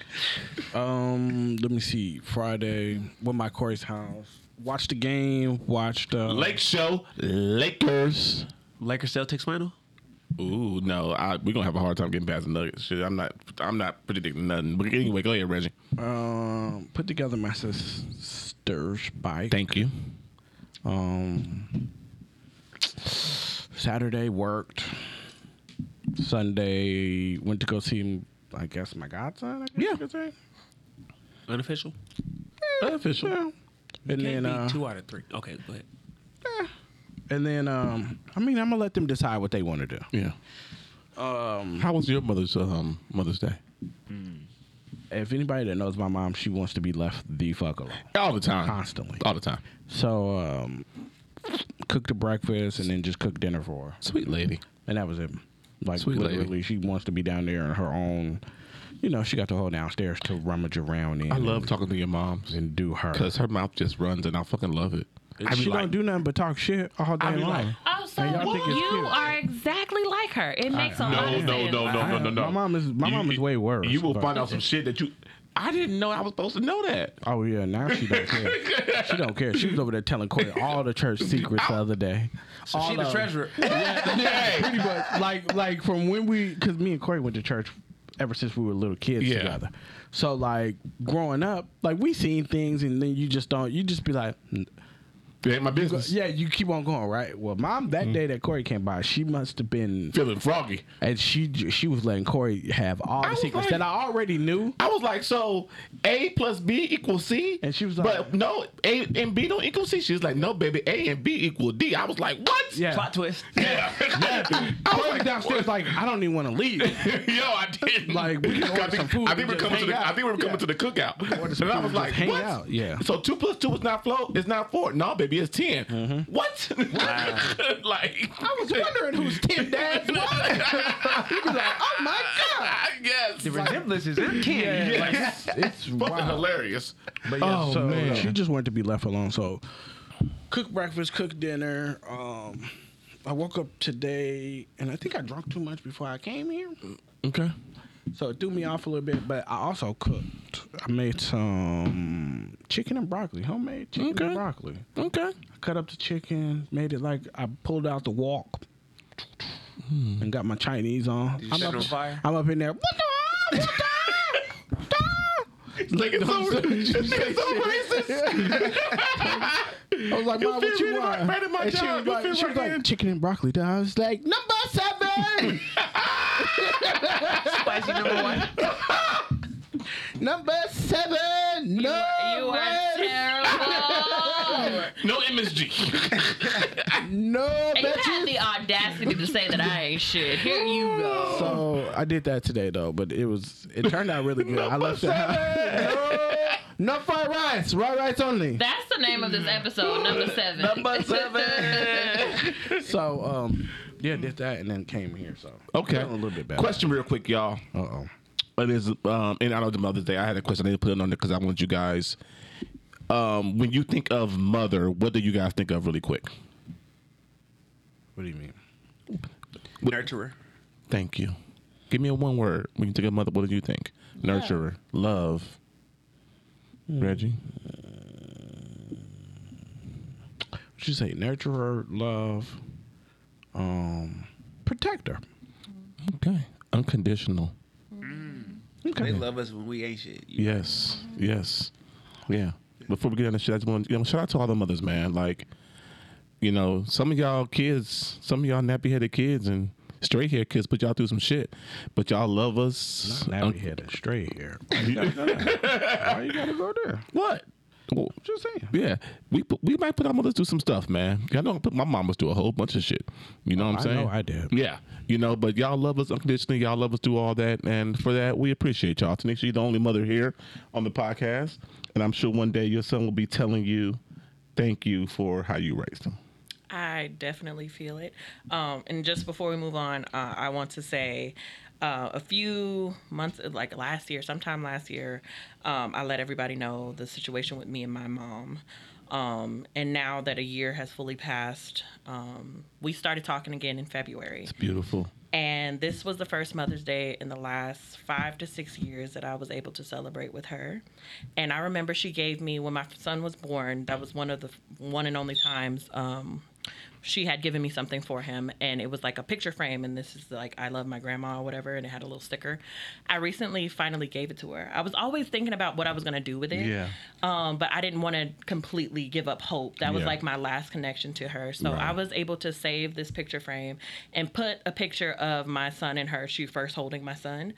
D: Um, let me see. Friday, went my Corey's house. Watched the game. Watched uh,
A: Lake Show, Lakers.
C: Lakers Celtics final?
A: Ooh, no, I, we're gonna have a hard time getting past the Nuggets. Shit, I'm not, I'm not predicting nothing. But anyway, go ahead, Reggie.
D: Um, put together my sister's bike.
A: Thank you.
D: Um, Saturday worked. Sunday went to go see, I guess, my godson. I guess yeah. You could say.
C: Unofficial?
D: Unofficial. Yeah. And then,
C: Can't
D: uh,
C: be two out of three. Okay, go ahead.
D: and then, um, I mean, I'm gonna let them decide what they want to do.
A: Yeah. Um, how was your mother's um Mother's Day?
D: If anybody that knows my mom, she wants to be left the fuck alone
A: All the time,
D: constantly.
A: all the time.
D: So, um, cooked the breakfast and then just cooked dinner for her.
A: Sweet lady.
D: and that was it. Like
A: Sweet lady.
D: literally, she wants to be down there in her own. You know, she got the whole downstairs to rummage around in.
A: I love talking to your mom
D: and do her.
A: because her mouth just runs, and I fucking love it. I
D: she
A: be like,
D: don't do nothing but talk shit all day
A: I be
D: long.
A: like,
B: Oh, so
D: Hey, y'all think it's
B: you
D: cute.
B: are exactly like her. It makes a lot
A: no,
B: of
A: no,
B: sense.
A: no, no, no, no, no.
D: My mom is- my mom is way worse,
A: You will
D: but-
A: find out some shit that you. I didn't know I was supposed to know that.
D: oh yeah, now she don't care. she don't care. She was over there telling Corey all the church secrets the other day.
C: So she the treasurer.
A: Hey.
D: Pretty much, like like from when we, because me and Corey went to church ever since we were little kids
A: Yeah.
D: together. So like growing up, like we seen things, and then you just don't. You just be like, "Mm,
A: It ain't my business.
D: Yeah, you keep on going, right? Well, mom,
A: Mm-hmm.
D: that day that Corey came by, she must have been,
A: Feeling froggy.
D: and she she was letting Corey have all
A: I
D: the
A: was
D: secrets
A: like-
D: that I already knew.
A: I was like, so A plus B equals C?
D: And she was like-
A: but no, A and B don't equal C. She was like, no, baby, A and B equal D. I was like, what?
D: Yeah,
C: Plot twist.
A: I was
D: Corey
A: like,
D: downstairs, like I don't even want to leave.
A: Yo, I didn't.
D: Like, we can
A: I
D: order
A: think-
D: some food
A: I
D: and
A: think we're
D: just
A: coming to
D: hang
A: the. I
D: out.
A: think we're coming to the cookout.
D: order some
A: and I
D: food
A: was
D: and
A: like,
D: just hang
A: what?
D: out, yeah.
A: So two plus two is not four. It's not four. No, baby, it's 10
D: Mm-hmm.
A: What? like I was wondering who's ten dads. was. he was like, oh my god. Yes.
C: The resemblance is uncanny.
A: Yes.
D: It's
A: Fucking
D: wild.
A: hilarious.
D: But yeah,
A: Oh,
D: so
A: man.
D: she just wanted to be left alone. So cook breakfast, cook dinner. Um, I woke up today, and I think I drunk too much before I came here.
A: Okay.
D: So it threw me off a little bit, but I also cooked. I made some chicken and broccoli, homemade chicken
A: Okay.
D: and broccoli.
A: Okay.
D: I cut up the chicken, made it like I pulled out the wok and got my Chinese on.
C: you set
D: up,
C: it on fire?
D: I'm up in there. What the? What
A: Like it's so, it's so racist.
D: the? I was like,
A: You
D: Mom,
A: fit
D: what you
A: right-
D: want?
A: right in my
D: and she
A: job.
D: was
A: You
D: like,
A: fit
D: she was
A: right in.
D: like chicken and broccoli. dawg." I was like, number seven,
C: Spicy number one.
D: number seven. No,
B: You are
D: way.
B: terrible.
A: No MSG.
D: no,
B: and you
D: bitches.
B: had the audacity to say that I ain't shit. Here you go.
D: So I did that today though, but it was it turned out really good. I left the house. No, no fried rice, fried rice only.
B: That's the name of this episode, number seven.
A: Number seven.
D: So um, yeah, did that and then came here. So
A: Okay.
D: Feeling a little bit better.
A: Question real quick, y'all.
D: Uh oh.
A: It is, um, and I know the Mother's Day. I had a question. I didn't put it on there because I want you guys. Um, when you think of mother, what do you guys think of really quick?
D: What do you mean?
C: Nurturer.
A: Thank you. Give me a one word. When you think of mother, what do you think? Nurturer, love.
D: Hmm.
A: Reggie,
D: What you say? Nurturer, love, um, protector.
A: okay, unconditional.
C: They love us when we ain't shit. You-
A: Yes, yes, yeah. Before we get into shit, I just want you know, shout out to all the mothers, man. Like, you know, some of y'all kids, some of y'all nappy headed kids and straight hair kids put y'all through some shit, but y'all love us.
D: Now
A: Un-
D: we headed straight here. Why you gotta go there?
A: what? Well,
D: Just saying.
A: yeah, we put, we might put our mothers through some stuff, man. I know I put my mamas through a whole bunch of shit. You know what I'm
D: I
A: saying?
D: know I did.
A: Yeah, you know, but y'all love us unconditionally. Y'all love us through all that, and for that, we appreciate y'all. Tanisha, you're the only mother here on the podcast, and I'm sure one day your son will be telling you, "Thank you for how you raised him."
B: I definitely feel it. Um, and just before we move on, uh, I want to say uh, a few months, like last year, sometime last year, um, I let everybody know the situation with me and my mom. Um, and now that a year has fully passed, um, we started talking again in February.
A: Beautiful.
B: And this was the first Mother's Day in the last five to six years that I was able to celebrate with her. And I remember she gave me when my son was born. That was one of the one and only times um, she had given me something for him, and it was like a picture frame. And this is like I love my grandma or whatever, and it had a little sticker. I recently finally gave it to her. I was always thinking about what I was gonna do with it.
A: Yeah.
B: Um, but I didn't want to completely give up hope. That was
A: Yeah.
B: like my last connection to her. So I was able to save this picture frame and put a picture of my son and her. She first holding my son,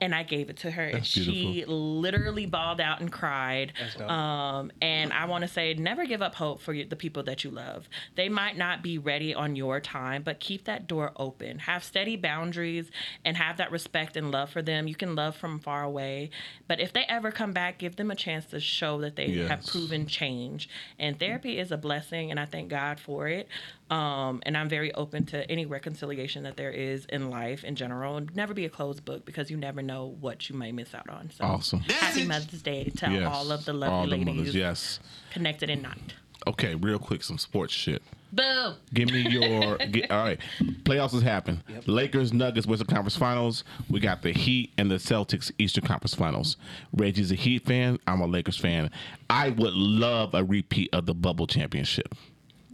B: and I gave it to her, and
A: That's beautiful.
B: she literally bawled out and cried. Um, and I want to say, never give up hope for you, the people that you love. They might not be ready on your time, but keep that door open. Have steady boundaries and have that respect and love for them. You can love from far away, but if they ever come back, give them a chance to show that they have
A: Yes.
B: proven change. And therapy is a blessing, and I thank God for it. Um, and I'm very open to any reconciliation that there is in life in general. Never be a closed book because you never know what you may miss out on. So
A: Awesome.
B: happy Mother's Day to
A: Yes.
B: all of the lovely
A: All the
B: ladies
A: mothers, yes.
B: connected and not.
A: Okay, real quick, some sports shit.
B: Boo!
A: Give me your. get, all right, playoffs has happened. Lakers, Nuggets, Western Conference Finals. We got the Heat and the Celtics Eastern Conference Finals. Reggie's a Heat fan. I'm a Lakers fan. I would love a repeat of the bubble championship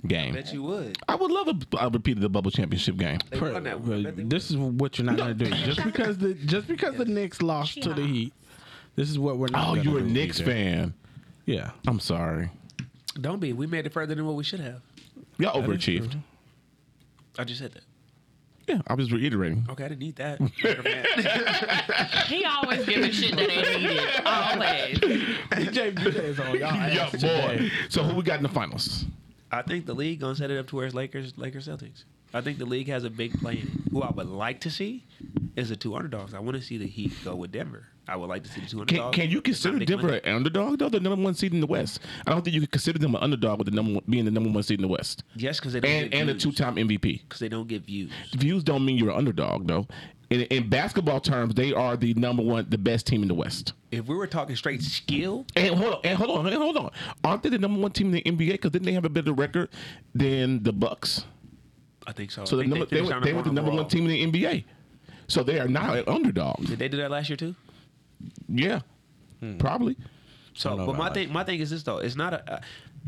A: game.
C: Bet you would.
A: I would love a, a repeat of the bubble championship game.
C: They
D: Per-
C: won that one.
D: well,
C: Bet they would.
D: this is what you're not gonna do. Just because the just because the Knicks lost to the Heat, this is what we're not.
A: Oh,
D: gonna
A: you're a
D: do
A: Knicks
D: either.
A: fan.
D: Yeah,
A: I'm sorry.
C: Don't be. We made it further than what we should have.
A: Y'all overachieved.
C: I just said that.
A: Yeah, I was reiterating.
C: Okay, I didn't need that.
G: He always giving shit that ain't needed. Always.
A: Yeah, boy. So who we got in the finals?
C: I think the league gonna set it up to where it's Lakers, Lakers, Celtics. I think the league has a big play. in it. Who I would like to see is the two underdogs. I want to see the Heat go with Denver. I would like to see the two
A: Can,
C: underdogs.
A: can you
C: It's not
A: consider
C: big
A: Denver
C: money.
A: an underdog though? The number one seed in the West. I don't think you could consider them an underdog with the number one, being the number one seed in the West
C: Yes, because they don't
A: and
C: get
A: and a two time MVP.
C: because they don't get views.
A: Views don't mean you're an underdog though. In, in basketball terms, they are the number one, the best team in the West.
C: If we were talking straight skill,
A: And hold on, and hold on, and hold on. Aren't they the number one team in the NBA? Because didn't they have a better record than the Bucks?
C: I think so.
A: So
C: I
A: the
C: think
A: number, they,
C: finished
A: were, they were the number
C: overall.
A: one team in the NBA. So they are now an underdog.
C: Did they do that last year too?
A: Yeah, probably.
C: So, but my thing, my thing is this though. It's not a. Uh,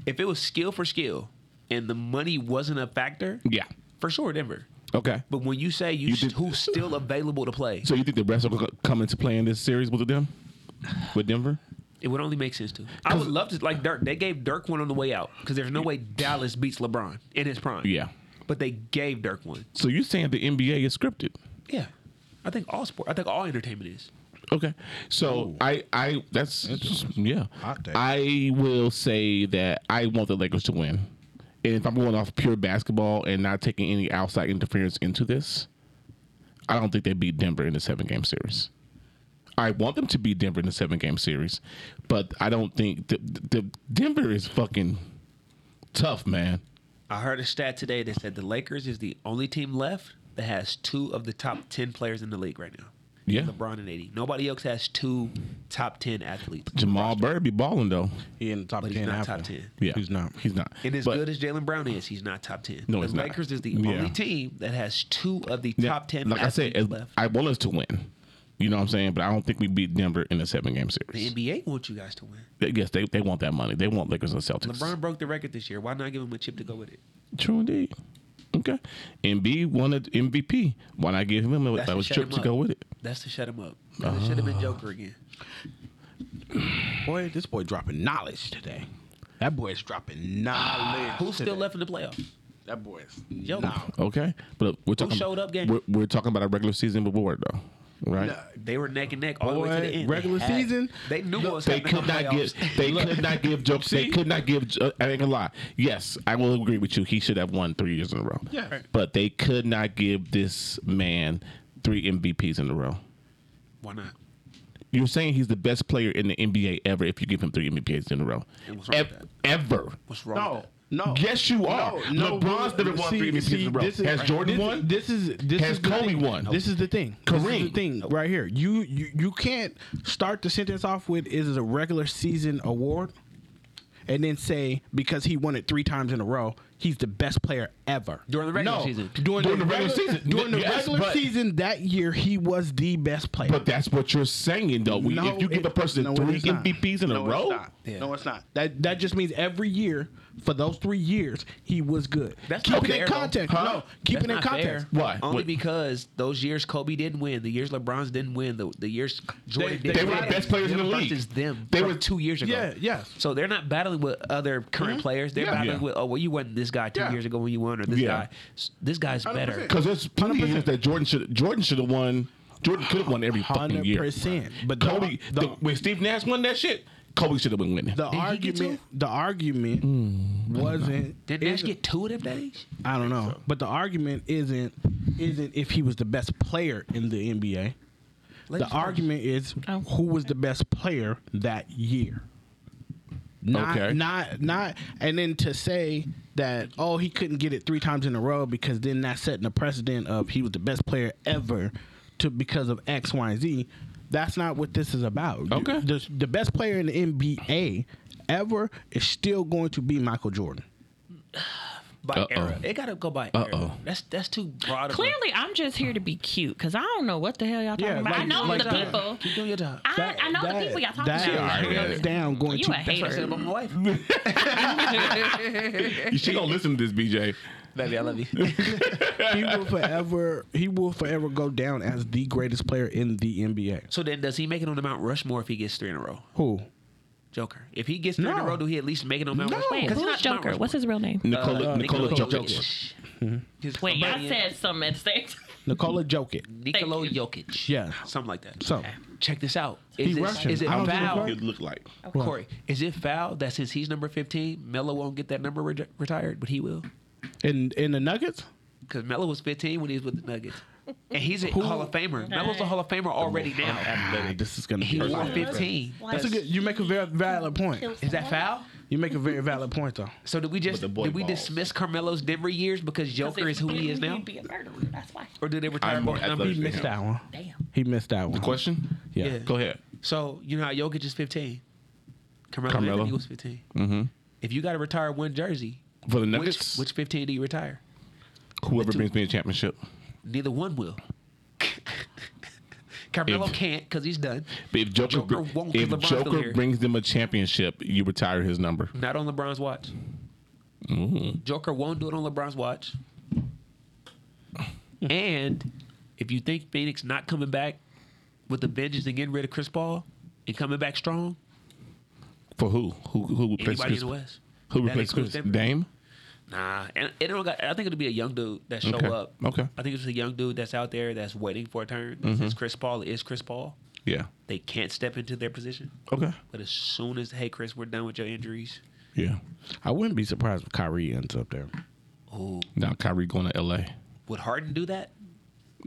C: if it was skill for skill, and the money wasn't a factor,
A: Yeah.
C: for sure Denver.
A: Okay.
C: But when you say you,
A: You
C: st-
A: did-
C: who's still available to play,
A: So you think the rest will come into play in this series with them, with Denver?
C: it would only make sense to. I would love to like Dirk. They gave Dirk one on the way out because there's no way Dallas beats LeBron in his prime.
A: Yeah.
C: but they gave Dirk one.
A: So you're saying the NBA is scripted?
C: Yeah, I think all sport. I think all entertainment is.
A: Okay. So I I that's yeah.
D: Hot take.
A: I will say that I want the Lakers to win. And if I'm going off pure basketball and not taking any outside interference into this, I don't think they beat Denver in the seven game series. I want them to beat Denver in the seven game series, but I don't think the, the Denver is fucking tough, man.
C: I heard a stat today that said the Lakers is the only team left that has two of the top ten players in the league right now.
A: Yeah.
C: LeBron and AD. Nobody else has two top ten athletes.
A: Jamal Bird be balling though.
D: He in the top
C: But he's
D: ten.
C: not
D: Apple.
C: top 10.
A: Yeah,
D: he's not.
A: He's not.
C: And as
A: But-
C: good as Jalen Brown is, he's not top ten.
A: No,
C: the
A: he's not.
C: Lakers is the
A: Yeah.
C: only team that has two of the
A: yeah,
C: top ten.
A: Like I said,
C: athletes
A: as-
C: left.
A: I want us to win. You know what I'm saying? But I don't think we beat Denver in a seven game
C: the
A: series.
C: NBA want you guys to win.
A: yes, they, they want that money. They want Lakers and Celtics.
C: LeBron broke the record this year. Why not give him a chip to go with it?
A: True indeed. Okay. MB wanted MVP. Why not give him a,
C: That's
A: a
C: to shut
A: trip
C: him
A: to
C: up.
A: go with it? Ah.
C: That's to shut him up. That should have been Joker again.
D: Boy, this boy dropping knowledge today. That boy is dropping knowledge.
C: Who's still
D: today.
C: left in the playoff?
D: That boy is
C: Yo.
D: knowledge.
A: Okay. But look, we're talking.
C: showed up game?
A: We're, we're talking about a regular season reward though, right?
C: They were neck and neck all the way to
D: Boy,
C: the end.
D: regular
C: They had-
D: season,
C: They knew what was
A: They
C: happening.
A: could
C: in the
A: not give.
C: playoffs.
A: They could not give jokes. They could not give. uh, I ain't gonna lie. Yes, I will agree with you. He should have won three years in a row.
D: Yeah.
A: But they could not give this man three MVPs in a row.
C: Why not?
A: You're saying he's the best player in the NBA ever if you give him three MVPs in a row.
C: And what's wrong with
A: Ev-
C: that?
A: Ever.
C: What's wrong?
D: No,
C: with
D: no.
A: Yes, you are.
D: no,
A: LeBron's
D: no,
A: never won
D: see-
A: three MVPs
D: see,
A: in a row.
D: this is-
A: Has Jordan
D: this,
A: won?
D: This is this
A: Has
D: is the
A: Kobe
D: thing.
A: won?
D: This is the thing. This is
A: Kareem.
D: the thing right here. You, you you can't start the sentence off with is it a regular season award, and then say because he won it three times in a row, he's the best player ever.
C: During the regular season.
D: During,
A: During the regular season.
D: During the
A: Yes,
D: regular
A: but-
D: season that year, he was the best player.
A: But that's what you're saying, though. We,
D: No,
A: if you give
D: it-
A: a person
D: no, it
A: three
D: is not.
A: MVPs in
D: No,
A: a
D: it's
A: row,
D: not.
C: Yeah.
D: No, it's not. That that just means every year for those three years he was good.
C: That's
D: keep
C: not
D: it
C: fair,
D: in
C: though.
D: context.
A: Huh?
D: No, keep
C: That's
D: it in
C: not
D: context.
C: fair.
A: Why?
C: Only
A: What-
C: because those years Kobe didn't win, the years LeBron's didn't win, the, the years Jordan
D: They-
C: didn't
A: they
C: win.
A: were the best players in the
C: Them
A: league.
C: Versus them,
A: They
C: they
A: were-
C: were two years ago.
D: Yeah, yes.
C: So they're not battling with other current players. They're
D: Yeah.
C: battling
A: Yeah.
C: with oh well, you wasn't this guy two
D: Yeah.
C: years ago when you won, or this
A: Yeah.
C: guy. S- This guy's better.
D: 100%.
A: Because there's plenty of years that Jordan should Jordan should have won. Jordan could have won every fucking
D: Hundred
A: year.
D: percent. But the-
A: Kobe,
D: the-
A: the- when Steve Nash won that shit, Kobe should have been winning.
D: The
C: he get
D: argument, the argument wasn't.
C: Did Nash
D: isn't-
C: get two of them that age?
D: I don't know, but the argument isn't isn't if he was the best player in the NBA.
C: Ladies
D: the argument is
B: Oh.
D: who was the best player that year. Not,
A: Okay.
D: not, not, and then to say that oh he couldn't get it three times in a row because then that's setting the precedent of he was the best player ever to because of X, Y, and Z. That's not what this is about.
A: Okay.
D: the, the best player in the NBA ever is still going to be Michael Jordan.
C: By
A: Uh-oh.
C: era, it gotta go by era.
A: Uh-oh.
C: That's that's too broad. of a-
B: Clearly, I'm just here to be cute because I don't know what the hell y'all talking
D: Yeah,
B: about. I
D: like-
B: know
D: like
B: the
D: that.
B: people.
C: Keep doing your job.
B: I, I know the people y'all talking
D: that
B: about.
A: Sorry,
D: is hands
A: guys.
D: down going
B: You
D: to
B: a
C: I said
B: hater.
C: about my wife.
A: she don't listen to this, BJ.
C: Baby, I love you.
D: he will forever he will forever go down as the greatest player in the NBA.
C: So then, does he make it on the Mount Rushmore if he gets three in a row?
D: Who?
C: Joker. If he gets three in a
D: No.
C: row, do he at least make it on Mount
D: No.
C: Rushmore?
B: Wait,
C: 'Cause he's
B: who's
C: not Mount
B: Joker? What's
C: Rushmore.
B: his real name?
A: Nicola,
D: Uh,
A: Nicola, Jokic. Mm-hmm.
C: His
B: Wait, y'all
C: buddy-
B: said something at the same time.
D: Nikola Jokic.
C: Nikola Jokic.
D: Yeah.
C: Something like that.
D: So
C: Check this out. Is
D: He
C: this,
D: Russian.
C: Is it
D: I don't give a
C: foul?
D: fuck.
A: It looked like
C: Corey, is it foul that since he's number 15, Melo won't get that number re- retired, but he will?
D: in in the Nuggets?
C: Because Melo was 15 when he was with the Nuggets. And he's a Hall of Famer. Melo's a Hall of Famer already now.
D: Athletic. Ah, This is gonna
C: He
D: be
C: wore 15.
D: That's a good you make a very valid point.
C: Is that foul?
D: You make a very valid point though.
C: So did we just
A: With the boy
C: did we
A: balls.
C: dismiss Carmelo's Denver years because Joker is who he is now?
B: He'd be a murderer. That's why.
C: Or did they retire
A: I'm more
C: both
A: athletic
D: He
C: numbers?
A: than
D: missed that one.
B: Damn.
D: He missed that one.
A: the question.
D: Yeah.
C: Yeah.
A: Go ahead.
C: So you know how Jokic is 15. Carmelo,
A: Carmelo.
C: Anthony was 15. If you got to retire one jersey,
A: For the
C: which,
A: Nuggets,
C: which 15 do you retire?
A: whoever brings me a championship,
C: Neither one will. Carmelo
A: If-
C: can't because he's done.
A: but if Joker,
C: Joker
A: br-
C: won't 'cause
A: if
C: LeBron's still
A: Joker
C: here.
A: brings them a championship, you retire his number.
C: Not on LeBron's watch.
A: Mm-hmm.
C: Joker won't do it on LeBron's watch. and if you think Phoenix not coming back with the vengeance and getting rid of Chris Paul and coming back strong,
A: For who? Who who replaces
C: anybody in
A: Chris?
C: the West?
A: Who
C: That
A: replaces
C: includes
A: Chris?
C: Denver.
A: Dame.
C: Nah, and it don't got, I think it'll be a young dude that show
A: Okay,
C: up.
A: okay. Mm-hmm.
C: I think it's a young dude that's out there that's waiting for a turn. Since Chris Paul is Chris Paul,
A: Yeah.
C: they can't step into their position.
A: Okay.
C: But as soon as hey Chris, we're done with your injuries.
A: Yeah.
D: I wouldn't be surprised if Kyrie ends up there.
C: Oh,
A: Now Kyrie going to LA.
C: would Harden do that?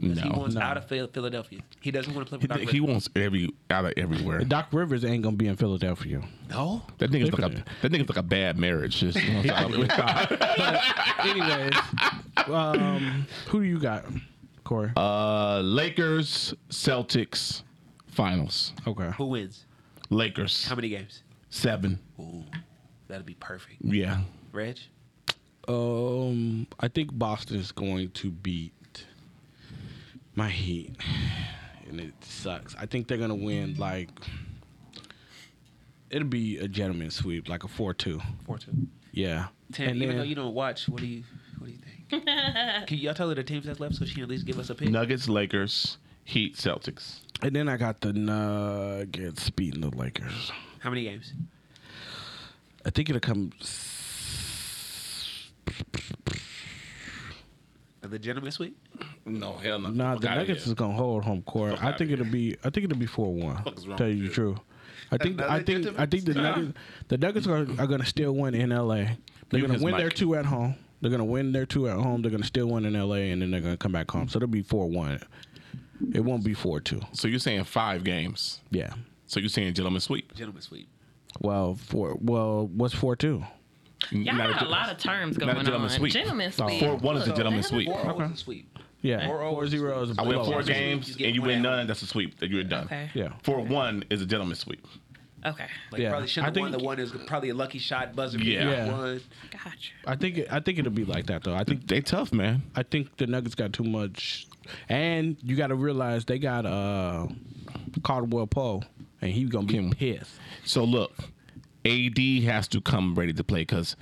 C: 'Cause
A: No.
C: he wants out of Phil- Philadelphia. He doesn't want to play with Doc
A: He
C: Rivers.
A: wants every out of everywhere.
D: Doc Rivers ain't gonna be in Philadelphia.
C: No.
A: That nigga's like a that nigga's like a bad marriage. Just, you know what I'm talking about?
D: Anyways, um, who do you got? Corey?
A: Uh, Lakers Celtics finals.
D: okay.
C: Who wins?
A: Lakers
C: How many games?
A: seven.
C: Ooh, that'll be perfect.
A: Yeah,
C: Reg,
D: Um, I think Boston is going to beat my Heat, and it sucks. I think they're gonna win like it'll be a gentleman's sweep, like a four-two.
C: four two.
D: Yeah,
C: Tim,
D: and
C: even
D: then
C: though you don't watch, what do you what do you think? Can y'all tell her the teams that's left so she can at least give us a pick?
A: Nuggets Lakers Heat Celtics.
D: and then I got the Nuggets beating the Lakers.
C: How many games?
D: I think it'll come. s-
C: A legitimate sweep?
A: No hell no.
D: Nah, the Nuggets is gonna hold home court. I
A: outta
D: think it'll be. I think it'll be four one.
A: Fuck is wrong
D: Tell
A: with
D: you the
A: you?
D: truth. I think. I think. I think the Nuggets. The Nuggets are, are gonna still win in L.A. They're
A: Mute
D: gonna
A: his
D: win their
A: mic.
D: two at home. They're gonna win their two at home. They're gonna still win in L.A. and then they're gonna come back home. So it'll be four one. It won't be four two.
A: So you're saying five games.
D: Yeah.
A: So you're saying gentlemen sweep.
C: Gentleman sweep.
D: Well, four. Well, what's four two?
B: Y'all got a lot of terms
A: not a
B: going
A: gentleman
B: on.
A: sweep.
B: Gentlemen
D: Oh.
B: sweep.
A: Four one is a
C: So-
A: gentleman sweep.
C: Four okay. was a sweep.
D: Yeah.
C: Four oh
D: Four zero is. a
A: I win
D: blowout.
A: four
C: Sweep.
A: games
C: You get
A: and you
C: one
A: win
C: out.
A: none. That's a sweep. that You're done.
B: Okay.
D: Yeah.
A: Four one is a gentleman sweep.
B: Okay.
C: Like
D: Yeah.
C: probably should
D: I
C: have
D: think-
C: won. The one is probably a lucky shot buzzer.
A: Yeah.
C: beater,
D: Yeah.
C: One.
B: Gotcha.
D: I think. It, I think it'll be like that though. I think
A: They tough man.
D: I think the Nuggets got too much, and you got to realize they got uh Caldwell Pope, and he's gonna be
A: Kim.
D: pissed.
A: So look, AD has to come ready to play because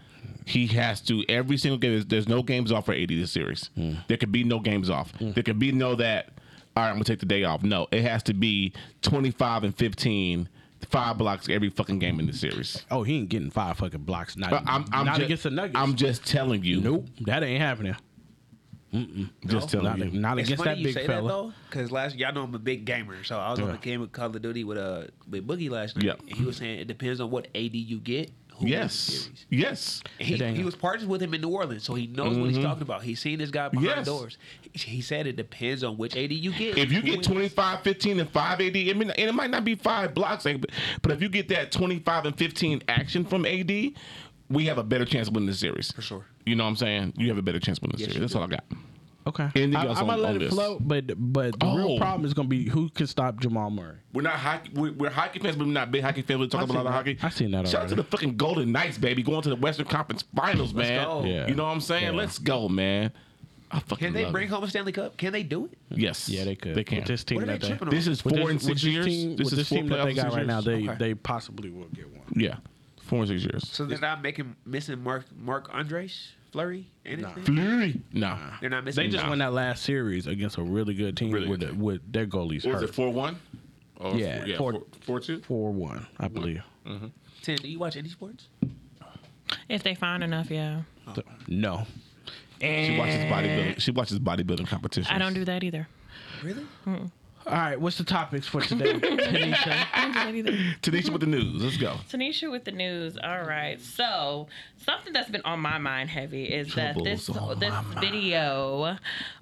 A: he has to every single game. there's- There's no games off for AD this series.
D: Hmm.
A: There could be no games off. There could be no that. All right, I'm gonna take the day off. No, it has to be 25 and 15, five blocks every fucking game in this series.
D: Oh, he ain't getting five fucking blocks. Not,
A: But I'm, I'm
D: not
A: just,
D: against the Nuggets.
A: I'm just telling you.
D: nope, that ain't happening.
A: Just telling
D: Not,
A: you.
D: not
C: It's
D: against
C: funny
D: that
C: you
D: big
C: say that
D: fella.
C: though, because last y'all know I'm a big gamer, so I was on
D: Yeah.
C: the game with Call of Duty with uh with Boogie last night,
A: Yep.
C: and he was saying it depends on what AD you get. Who wins the
A: yes.
C: series.
A: Yes.
C: He,
D: It ain't- Mm-hmm.
C: he was partners with him in New Orleans, so he knows what he's talking about. He's seen this guy behind
A: Yes.
C: doors. He, he said it depends on which AD you get.
A: If you
C: Who
A: get
C: wins.
A: 25, 15, and 5 AD, I mean, and it might not be five blocks, like, but, but if you get that 25 and 15 action from AD, we have a better chance of winning the series. For
C: sure.
A: You know what I'm saying? You have a better chance of winning the
C: Yes,
A: series.
C: you
A: That's
C: do.
A: all I got.
D: Okay,
A: Anything
D: I,
A: else
D: I
A: on-
D: might let
A: on
D: it
A: this?
D: float, but but the real
A: Oh.
D: problem is gonna be who can stop Jamal Murray.
A: We're not hockey. We're, we're hockey fans, but we're not big hockey fans. We talk
D: I
A: about a lot of
D: seen
A: hockey.
D: that. I seen
A: Shout
D: that
A: out to
D: already.
A: the fucking Golden Knights, baby, going to the Western Conference Finals, man.
C: go.
D: Yeah.
A: You know what I'm saying?
D: Yeah.
A: Let's go, man. I fucking
C: can they
A: love
C: bring
A: it.
C: home a Stanley Cup? Can they do it?
A: Yes.
D: Yeah, they could.
A: They can.
D: With this
A: This,
D: team
C: What are
D: that
C: they
D: they
C: tripping on?
A: is
D: with
A: four and
D: this- with
A: six
D: this
A: years.
D: team-
A: this
D: with
A: is
D: this
A: four
D: team that they
A: playoff
D: got right
A: series.
D: now. They
C: Okay.
D: they possibly will get one.
A: Yeah, four and six years.
C: So they're not making missing Mark Mark Andres Flurry anything.
A: Fleury? Nah.
C: They're not missing.
D: They just
C: him.
D: won that last series against a really good team
A: Really
D: with
A: good
D: the-
A: team.
D: with their goalies
A: What was
D: hurt.
A: it four one? Or
D: Yeah, four-
A: four, four, four two.
D: Four one, I believe.
C: Tim, do you watch any sports?
B: If they find enough, yeah.
D: No.
A: She watches bodybuilding. She watches bodybuilding competitions.
B: I don't do that either.
C: Really?
D: All right, what's the topics for today, Tanisha?
B: I don't do that either.
A: Tanisha with the news. Let's go.
B: Tanisha with the news. All right. So something that's been on my mind heavy is that this
A: Troubles on
B: this
A: my mind.
B: video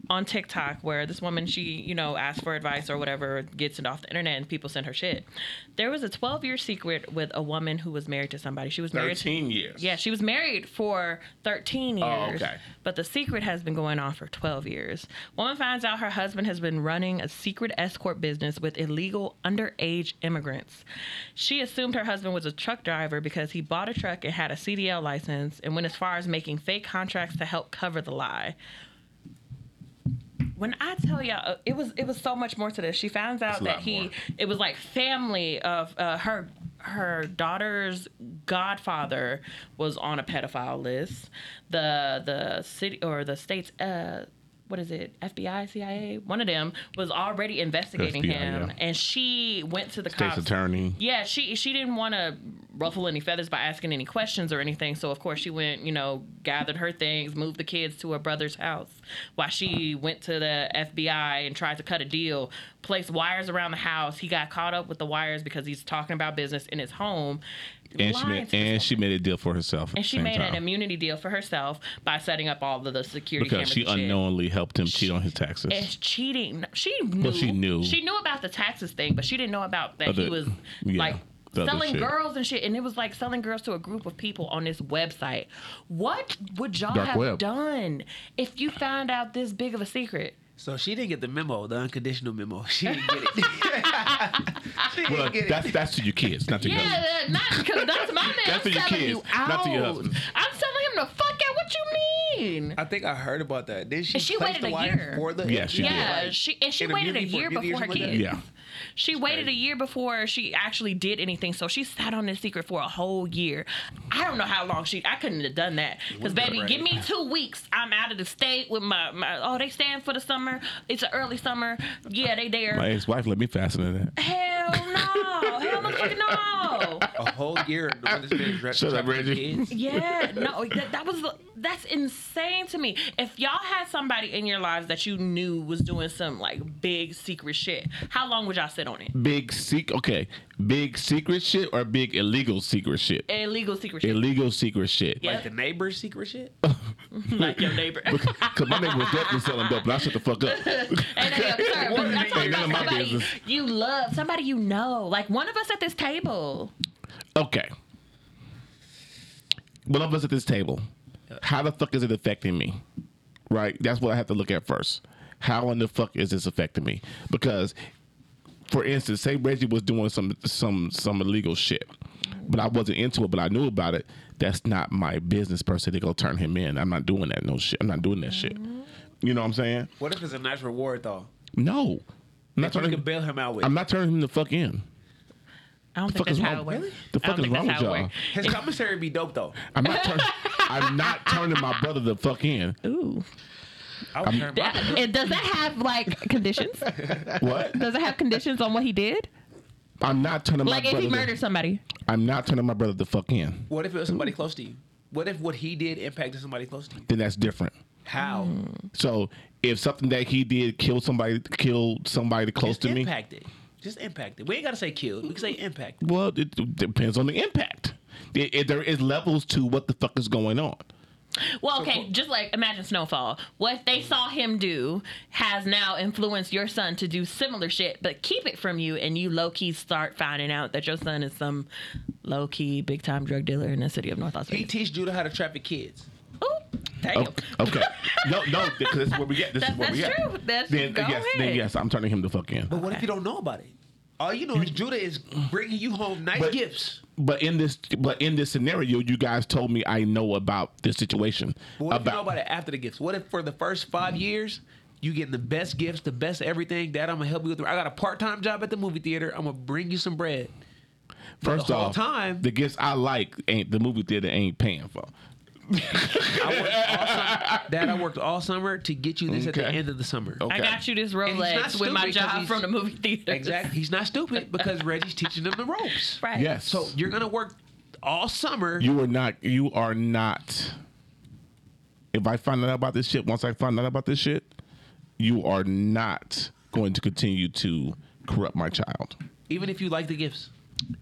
B: on TikTok where this woman she you know asks for advice or whatever gets it off the internet and people send her shit. There was a 12 year secret with a woman who was married to somebody. She was married. To,
A: Thirteen years.
B: yeah, she was married for 13 years.
A: Oh, okay.
B: But the secret has been going on for 12 years. Woman finds out her husband has been running a secret escort business with illegal underage immigrants. She assumed her husband was a truck driver because he bought a truck and had a CDL license and went as far as making fake contracts to help cover the lie. When I tell y'all, uh, it was it was so much more to this. She finds out
A: a
B: that
A: lot
B: he
A: more.
B: it was like family of uh, her her daughter's godfather was on a pedophile list. The the city or the state's uh what is it FBI CIA one of them was already investigating
A: FBI,
B: him,
A: yeah.
B: and she went to the
A: State's
B: cops.
A: attorney.
B: Yeah, she she didn't want to ruffle any feathers by asking any questions or anything. So of course she went, you know, gathered her things, moved the kids to her brother's house while she went to the FBI and tried to cut a deal, placed wires around the house. He got caught up with the wires because he's talking about business in his home.
A: And she
B: Lying
A: made,
B: to this
A: and she made a deal for herself. At
B: and
A: the
B: she
A: same
B: made
A: time.
B: an immunity deal for herself by setting up all of the security
A: because
B: cameras
A: she
B: and shit.
A: unknowingly helped him cheat on his taxes.
B: It's cheating. She knew. Well,
A: she knew.
B: She knew about the taxes thing, but she didn't know about that he
A: Other-
B: was
A: yeah,
B: like
A: the other
B: selling
A: shit.
B: girls and shit. And it was like selling girls to a group of people on this website. What would y'all
A: Dark
B: have
A: web.
B: done if you found out this big of a secret?
C: So she didn't get the memo, the unconditional memo. She didn't get it. she didn't
A: Well,
C: get it.
A: that's that's to your kids, not to your husband.
B: Yeah, that, not because that's my man.
A: That's for
B: I'm
A: your
B: telling
A: kids,
B: you out.
A: not to your husband.
B: I'm telling him to fuck out. What you mean?
C: I think I heard about that. Did she?
B: And she
C: place
B: waited
C: the
B: a
C: wife
B: year.
C: For the
A: Yeah, she did.
B: yeah, she and she
C: in a
B: waited a
C: beauty for-
B: year
C: beauty or
B: before her
C: something like
B: kids.
C: that.
A: Yeah.
B: She waited a year before she actually did anything, so she sat on this secret for a whole year. I don't know how long she. I couldn't have done that because baby, give me two weeks. I'm out of the state with my, my oh they staying for the summer. It's an early summer. Yeah, they there.
A: My ex-wife let me fasten than that.
B: Hell no! Hell no! fucking no!
C: A whole year. doing this man's rep-
A: Shut up, Reggie.
C: kids.
B: Yeah, no, that, that was that's insane to me. If y'all had somebody in your lives that you knew was doing some like big secret shit, how long would y'all sit on it?
A: Big sec. Okay, big secret shit or big illegal secret shit.
B: Illegal secret shit.
A: Illegal secret shit.
B: Yeah.
C: Like the neighbor's secret shit.
B: like your neighbor.
A: Cause my nigga was definitely selling dope, but I shut the fuck up.
B: And they observe. But I'm talking
A: Ain't none
B: about
A: of my
B: somebody
A: business.
B: you love, somebody you know. Like one of us at this table.
A: Okay. One of us at this table, how the fuck is it affecting me? Right? That's what I have to look at first. How in the fuck is this affecting me? Because, for instance, say Reggie was doing some some some illegal shit, but I wasn't into it, but I knew about it. That's not my business per se to go turn him in. I'm not doing that no shit. I'm not doing that shit. You know what I'm saying?
C: What if it's a nice reward though?
A: No. I'm not
C: That's what you
A: turning,
C: can bail him out with.
A: I'm not turning him the fuck in.
B: I don't
A: The fuck
B: think that's
A: is
B: how it
A: wrong?
B: works.
A: The
B: I
A: fuck
B: don't
A: is
B: think
A: wrong with
B: that's how it
A: y'all?
B: works.
C: His commissary be dope though.
A: I'm not turning. I'm not turning my brother the fuck in.
B: Ooh.
C: I would turn my-
B: That- and does that have like conditions?
A: What?
B: Does it have conditions on what he did?
A: I'm not turning
B: Like
A: my
B: if
A: brother.
B: he
A: the-
B: murdered somebody.
A: I'm not turning my brother the fuck in.
C: What if it was somebody close to you? What if what he did impacted somebody close to you?
A: Then that's different.
C: How?
A: So if something that he did killed somebody, killed somebody close
C: Just
A: to me.
C: impacted. Just impacted. We ain't gotta say killed. We can say impacted.
A: Well, it it depends on the impact. It- it- there is levels to what the fuck is going on.
B: Well, okay, just like imagine Snowfall. What they saw him do has now influenced your son to do similar shit, but keep it from you, and you low key start finding out that your son is some low key big time drug dealer in the city of North Las
C: He
B: Vegas.
C: teach Judah how to traffic kids.
B: Ooh, damn.
A: Okay. okay. No, no, because this is where we get. This is
B: That-
A: where we
B: that's
A: get.
B: true. That's-
A: then
B: go
A: yes, then
B: ahead.
A: yes, I'm turning him the fuck in.
C: But what if you don't know about it? All you know is Judah is bringing you home nice
A: But-
C: gifts.
A: But in this, but in this scenario, you guys told me I know about this situation.
C: But what if you know
A: about
C: about it after the gifts? What if for the first five years you getting the best gifts, the best everything? That I'm gonna help you with. I got a part time job at the movie theater. I'm gonna bring you some bread.
A: First
C: the whole
A: off,
C: time-
A: the gifts I like ain't the movie theater ain't paying for.
C: I worked all summer. Dad, I worked all summer to get you this at
A: Okay.
C: the end of the summer.
A: Okay.
B: I got you this
C: he's not
B: Rolex with my
C: stupid
B: job
C: 'cause he's-
B: from the movie theater.
C: Exactly. He's not stupid because Reggie's teaching him the ropes.
B: Right.
A: Yes.
C: So you're gonna work all summer.
A: you are not. You are not. If I find out about this shit, once I find out about this shit, you are not going to continue to corrupt my child.
C: even if you like the gifts.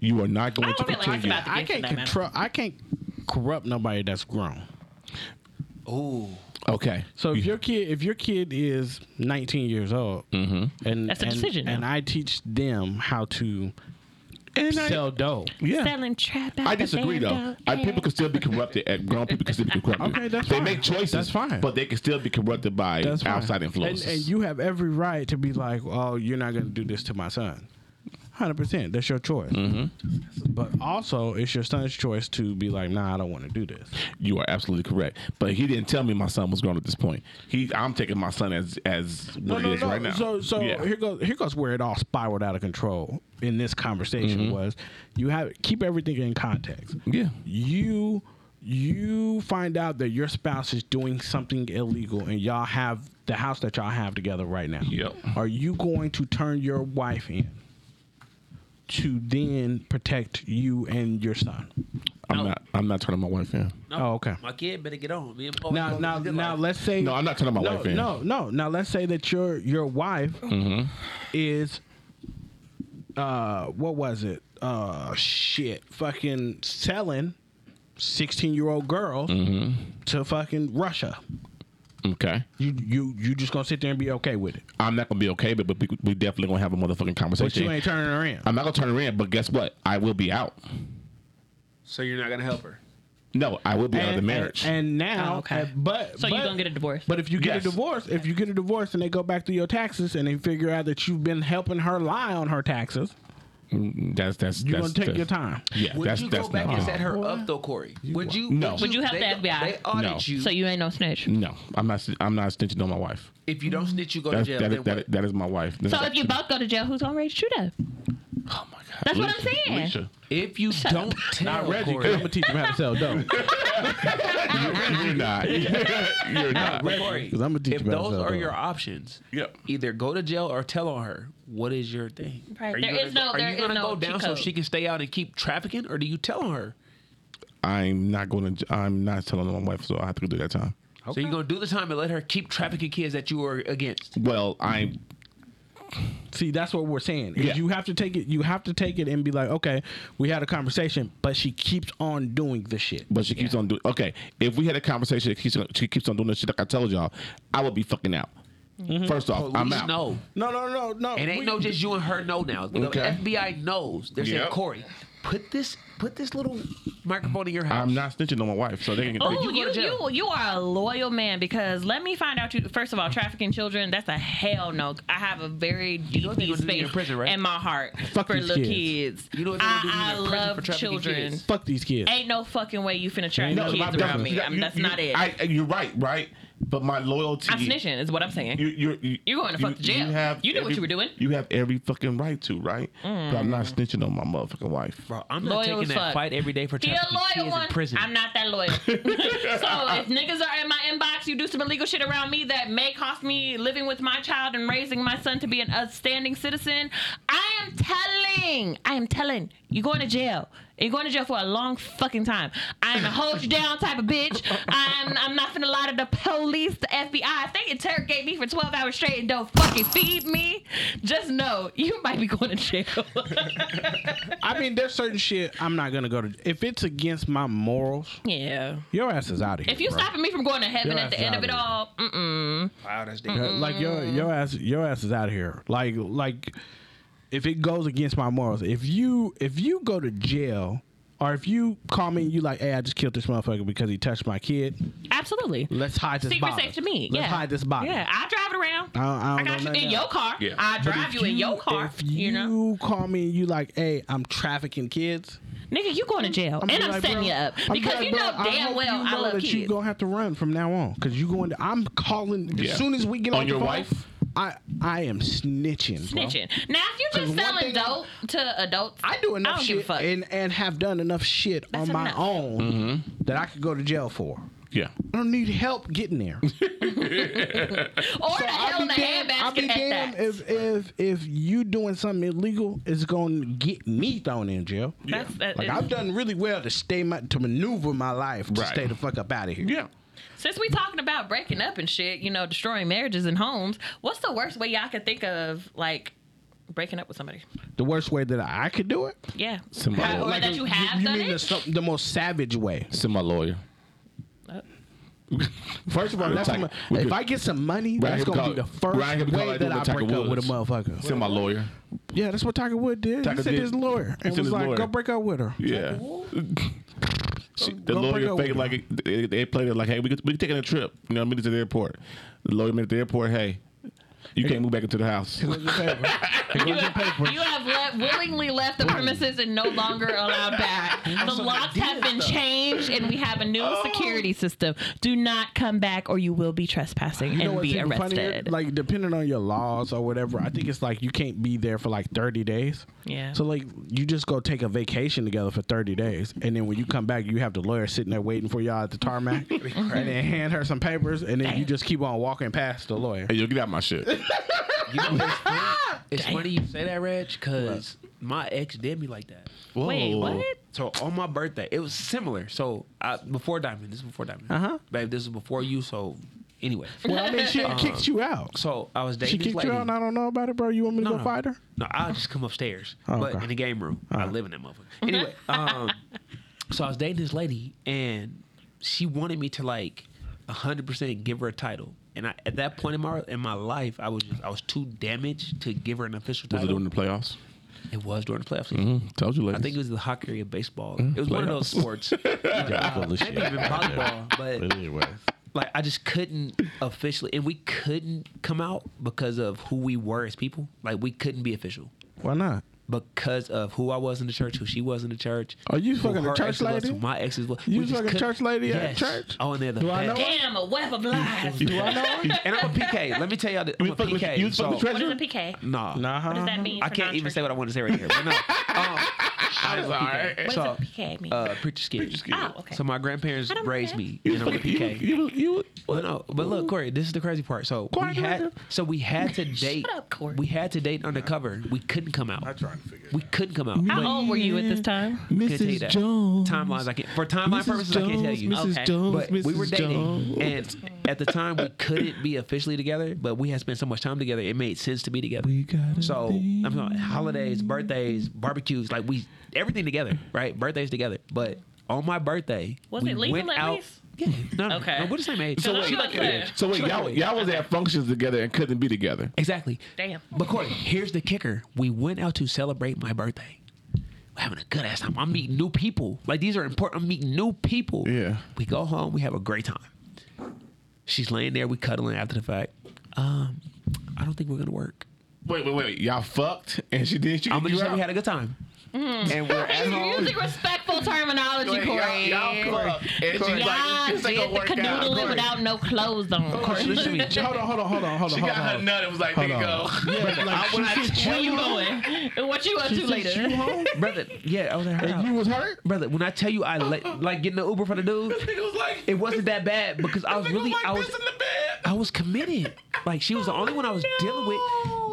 A: You are not
B: I
A: going to
B: don't feel like it's
A: continue.
B: about the
D: I
B: gifts for
D: can't
B: that matter.
D: control. I can't corrupt nobody that's grown.
C: Ooh.
A: okay.
D: So if your kid, if your kid is 19 years old, and
B: That's a
D: and-
B: decision now.
D: and I teach them how to
A: And I-
D: sell dope.
A: yeah.
B: Selling trap out
A: I
B: the
A: disagree though.
B: bando,
A: I,
B: yeah.
A: people can still be corrupted. and Grown people can still be corrupted.
D: Okay, that's
A: they
D: fine.
A: make choices.
D: That's fine.
A: But they can still be corrupted by
D: That's fine.
A: outside influences.
D: And, and you have every right to be like, oh, you're not going to do this to my son. 100%. That's your choice.
A: Mm-hmm.
D: But also, it's your son's choice to be like, nah, I don't want to do this.
A: You are absolutely correct, but he didn't tell me my son was grown at this point. He, I'm taking my son as as what it is right now.
D: So, so
A: Yeah.
D: here goes here goes where it all spiraled out of control in this conversation
A: Mm-hmm.
D: was you have keep everything in context.
A: yeah,
D: you you find out that your spouse is doing something illegal and y'all have the house that y'all have together right now.
A: Yep.
D: Are you going to turn your wife in to then protect you and your son?
A: I'm not. I'm not turning my wife in.
D: Oh, okay.
C: My kid better get on. Me and Paul
D: Now
C: gonna
D: now
C: live a good
D: now
C: life.
D: let's say
A: No, I'm not turning my
D: no,
A: wife in.
D: No, no. Now let's say that your your wife
A: Mm-hmm.
D: is uh what was it? Uh shit. Fucking selling 16-year-old girls
A: Mm-hmm.
D: to fucking Russia.
A: Okay,
D: You you you just going to sit there and be okay with it.
A: I'm not gonna be okay, but but we, we definitely gonna have a motherfucking
D: But you
A: conversation.
D: ain't turning her in.
A: I'm not gonna turn her in, but guess what? I will be out.
C: So you're not gonna help her.
A: No, I will be out of the marriage.
D: And, now,
I: Oh, okay.
D: uh, but
I: So you
D: but-
I: gonna get a divorce?
D: But if you get
A: Yes.
D: a divorce, if you get a divorce and they go back through your taxes and they figure out that you've been helping her lie on her taxes,
A: that's that's
D: you're
A: that's
D: gonna take
A: that's-
D: your time.
A: Yeah,
C: Would
A: that's
C: you
A: that's
C: go back
A: not
C: and
A: wrong.
C: set her up though, Corey? Would you?
A: No.
I: Would you help
C: they
I: the
C: go-
I: FBI?
C: They audit
A: No.
C: you.
I: So you ain't no snitch.
A: No, I'm not. I'm not snitching on my wife.
C: if you don't snitch, you go
A: That's,
C: to jail.
A: that,
C: Then
A: is, that, is,
C: what?
A: that is my wife. This
B: So
A: is
B: if you
A: actually-
B: both go to jail, who's gonna raise Judah?
A: oh my god,
B: That's what I'm
A: Alicia,
B: saying.
A: Alicia.
C: if you don't tell
D: Not Reggie,
C: Corey,
D: I'm gonna teach him how to sell dope.
A: You're not. You're not.
C: But Corey,
D: 'Cause I'ma teach
C: if
D: you how to
C: those
D: sell
C: are
D: dope.
C: your options,
A: Yep.
C: either go to jail or tell on her. What is your thing?
B: Right.
C: Are
B: There
C: you gonna
B: is
C: go-
B: no-
C: Are
B: there
C: you
B: is
C: gonna
B: no
C: go down
B: cheat
C: so
B: code.
C: she can stay out and keep trafficking, or do you tell on her?
A: I'm not going to. I'm not telling my wife, so I have to go do that time.
C: So you're gonna do the time and let her keep trafficking kids that you are against.
A: Well, I.
D: See, that's what we're saying. is
A: Yeah.
D: You have to take it. You have to take it and be like, okay, we had a conversation, but she keeps on doing the shit.
A: But she keeps on doing. Okay, if we had a conversation, she keeps, on- she keeps on doing this shit like I told y'all, I would be fucking out.
B: Mm-hmm.
A: First off, I'm
C: Police
A: out.
C: know.
D: No, no, no, no.
C: It ain't
D: we-
C: no just you and her know now. The
A: Okay.
C: FBI knows. They're saying,
A: Yep.
C: Corey, put this put this little microphone in your house.
A: I'm not snitching on my wife, so they can.
B: Oh,
A: they-
B: you
C: you go
B: you,
C: to jail.
B: you are a loyal man because let me find out. You first of all, trafficking children. That's a hell no. I have a very deep
C: what they gonna do to you
B: space
C: in prison, right?
B: in my heart
D: Fuck
B: for
D: these
B: little
D: kids.
B: kids.
C: You know what they gonna do to you
B: I, I
C: in prison for
B: love
C: trafficking
B: children.
C: kids?
D: Fuck these kids.
B: Ain't no fucking way you finna train
A: No, my-
B: kids around me.
A: you-
B: I mean, that's
A: you-
B: not it. I,
A: I, you're right, right? But my loyalty.
B: am snitching, is what I'm saying.
A: You, you're, you,
B: You're going to fuck the jail. You knew what you were doing. Mm.
A: You have every fucking right to, right? But I'm not snitching on my motherfucking wife.
C: Bro, I'm
B: Loyal
C: not taking
B: as
C: that
B: fuck.
C: fight every day for
B: He a
C: trafficking
B: loyal
C: kids
B: one.
C: in prison.
B: I'm not that loyal. so if niggas are in my inbox, you do some illegal shit around me that may cost me living with my child and raising my son to be an outstanding citizen. I am telling, I am telling, you're going to jail. You're going to jail for a long fucking time. I'm a hold you down type of bitch. I'm I'm not finna lie to the police, the FBI. If they interrogate me for 12 hours straight and don't fucking feed me, just know you might be going to jail.
D: I mean, there's certain shit I'm not gonna go to. If it's against my morals,
B: yeah.
D: your ass is out of here.
B: If you
D: bro.
B: stopping me from going to heaven
D: Your
B: at the
D: ass
B: end of it
D: out
B: all, mm-mm.
C: Wow, that's
D: Yeah, like your your ass your ass is out of here. Like like if it goes against my morals, if you if you go to jail or if you call me and you like, hey, I just killed this motherfucker because he touched my kid.
B: absolutely.
D: Let's hide this
B: Secret
D: body.
B: safe to me.
D: Let's
B: yeah.
D: hide this body.
B: Yeah, I drive it around.
D: I don't- I don't
B: got
D: know
B: you
D: nothing
B: in your
D: else.
B: car.
A: Yeah.
B: I
D: But
B: drive
D: if
B: you, in your car.
D: If
B: You,
D: you
B: know,
D: call me and you like, hey, I'm trafficking kids,
B: nigga, you going to jail,
D: I'm
B: and
D: gonna
B: I'm
D: be like,
B: setting
D: bro,
B: you up
D: I'm
B: because
D: like,
B: you
D: bro,
B: know
D: I
B: damn
D: hope
B: well
D: you
B: I
D: know
B: love
D: that
B: kids.
D: you gonna have to run from now on because you going. To, I'm calling
A: Yeah.
D: as soon as we get
A: On
D: on,
A: your
D: the phone,
A: wife?
D: I I am snitching. bro.
B: Snitching. Now, if you're
D: 'Cause
B: just
D: one
B: selling
D: thing-
B: dope to adults,
D: I do enough
B: I don't
D: shit
B: give a fuck.
D: and and have done enough shit
B: That's
D: on my
B: enough.
D: own
A: Mm-hmm.
D: that I could go to jail for.
A: Yeah.
D: I don't need help getting there.
B: or the hell in the
D: I'll be
B: handbasket at that.
D: damned if if if you doing something illegal is gonna get me thrown in jail.
B: That's that.
D: Like
B: is-
D: I've done really well to stay my to maneuver my life to
A: Right.
D: stay the fuck up out of here.
A: Yeah.
B: Since we talking about breaking up and shit, you know, destroying marriages and homes, what's the worst way y'all could think of like breaking up with somebody?
D: The worst way that I could do it,
B: Yeah.
A: Somebody-
B: Or
A: Like
B: that you have
D: you
B: done
D: mean
B: it?
D: the, some- the most savage way.
A: Send my lawyer. First of all,
D: That's
A: like,
D: my-
A: we
D: if
A: could-
D: I get some money,
A: Ryan
D: that's
A: could
D: gonna
A: call-
D: be the first
A: Ryan could be called
D: way
A: like
D: that
A: doing
D: I
A: what Tiger
D: break up with a
A: Woods.
D: motherfucker.
A: send my lawyer.
D: Yeah, that's what Tiger Wood did.
A: Tiger
D: he sent
A: did-
D: his lawyer
A: he sent
D: and was
A: his
D: like,
A: lawyer.
D: "Go break up with her."
A: Yeah. She, the
D: Go break
A: lawyer
D: up
A: fake
D: with
A: like it- they, they played it like, hey, we could, we taking a trip. You know, what I mean, to the airport. The lawyer met at the airport. Hey, you can't move back into the house.
D: Here goes your paper. Here
B: You
D: goes your paper.
B: have, you have le- willingly left the premises and no longer allowed back. The locks have been changed and we have a new security system. Do not come back or you will be trespassing
D: You know
B: and
D: what's
B: be
D: even funnier?
B: arrested.
D: Like depending on your laws or whatever, I think it's like you can't be there for like thirty days.
B: Yeah.
D: So like you just go take a vacation together for thirty days, and then when you come back, you have the lawyer sitting there waiting for y'all at the tarmac, and then hand her some papers, and then you just keep on walking past the lawyer.
A: Hey, yo, get out my shit.
C: You know, it's funny, it's funny you say that, Reg, because my ex did me like that.
B: Wait, what?
C: So on my birthday, it was similar. So I, before Diamond, this is before Diamond. Uh
D: Uh-huh.
C: Babe, this is before you. So anyway,
D: Well, I mean, she kicked you out.
C: so I was dating
D: She
C: this
D: kicked
C: lady.
D: you out, and I don't know about it, bro. You want me to go fight her?
C: No, I'll just come upstairs,
D: Oh,
C: but
D: okay.
C: in the game room. I live in that motherfucker. Anyway, um, so I was dating this lady, and she wanted me to like hundred percent give her a title. And I, at that point in my in my life, I was just, I was too damaged to give her an official
A: Was it
C: title.
A: during the playoffs?
C: It was during the playoffs.
A: Mm, told you,
C: I
A: ladies.
C: think it was the hockey or baseball. it was one of those
A: Mm-hmm. playoffs.
C: sports. Uh, Maybe even volleyball, but
A: But anyway,
C: like I just couldn't officially, and we couldn't come out because of who we were as people. Like we couldn't be official
D: Why not?
C: because of who I was in the church, who she was in the church.
D: Are you
C: who
D: fucking a
C: her
D: church
C: exes was,
D: lady?
C: who my exes was.
D: You
C: We just
D: fucking
C: couldn't-
D: church lady at church?
C: Oh, and they're the
D: Do I know
C: best.
B: Damn, a web of lies.
A: do I know?
C: And I'm a PK. Let me tell y'all, this. I'm
A: You
C: a
A: fuck with-
C: PK.
A: you fuck with
C: so-
A: Treasure?
B: What is a PK?
C: Nah,
B: What does
D: Nah.
B: that mean?
C: I
B: for
C: can't even
B: non-church?
C: say what I want to say right here. But no, um,
A: I was all right.
B: What
C: so,
B: does a PK mean?
C: uh, preacher's kid.
B: oh, okay.
C: So my grandparents
B: I don't
C: raised
B: care.
C: me,
A: You
C: and I'm a
A: fucking- you-
C: PK.
A: You, you,
C: Well, no, but look, Corey, this is the crazy part. So
A: Corey,
C: we had,
A: Corey.
C: so we had to date.
B: up, Corey.
C: we had to date undercover. We couldn't come out. I'm trying to figure. We couldn't come out. But
B: How old were you at this time?
C: I couldn't tell you
A: Mrs.
C: that.
A: Jones.
C: Timelines, I can't. For timeline
A: Mrs.
C: purposes, I can't tell you.
A: Jones, Mrs.
B: Okay.
A: Jones,
C: But
A: Mrs.
C: we were dating,
A: Jones.
C: and at the time we couldn't be officially together, but we had spent so much time together, it made sense to be together.
A: We gotta
C: so
A: be-
C: I'm talking holidays, birthdays, barbecues, like we everything together, right? Birthdays together. But on my birthday,
B: Was
C: we
B: it legal
C: went
B: at
C: out.
B: least?
C: Yeah, no, no,
B: Okay.
C: no, we're the same age.
B: So
C: So
B: that's
C: wait,
B: what I'm saying.
A: so wait, y'all, y'all was at functions together and couldn't be together.
C: exactly.
B: Damn.
C: But Corey, here's the kicker: we went out to celebrate my birthday. We're having a good ass time. I'm meeting new people. Like these are important. I'm meeting new people.
A: Yeah.
C: We go home. We have a great time. She's laying there. We cuddling after the fact. Um, I don't think we're gonna work.
A: Wait, wait, wait. Y'all fucked, and she didn't. She
C: I'm gonna
A: you
C: just say we
A: out?
C: had a good time. And we're at
B: You're
C: home.
B: using respectful terminology,
A: Wait,
B: Corey.
A: Y'all, y'all fucked, and
B: Y'all
A: she's like, this ain't
B: did
A: gonna
B: the
A: work out.
B: canoodling
A: Corey.
B: without no clothes on.
C: Corey, listen to me.
D: Hold on, hold on, hold on, hold on.
A: She
D: hold
A: got her
D: on.
A: nut. It was like,
D: Hold
A: nigga, go.
D: on. Yeah, like,
A: I
D: she
A: went out
D: said
A: to
B: Where you going? What you up to later?
D: you home?
C: Brother, yeah, I was at her
D: You
C: house.
D: was hurt?
C: Brother, when I tell you I let, like getting the Uber for the dude,
A: It was like,
C: it wasn't that bad because I was really
A: like
C: I was
A: this in the bed.
C: I was committed. Like she was the only one I was dealing with.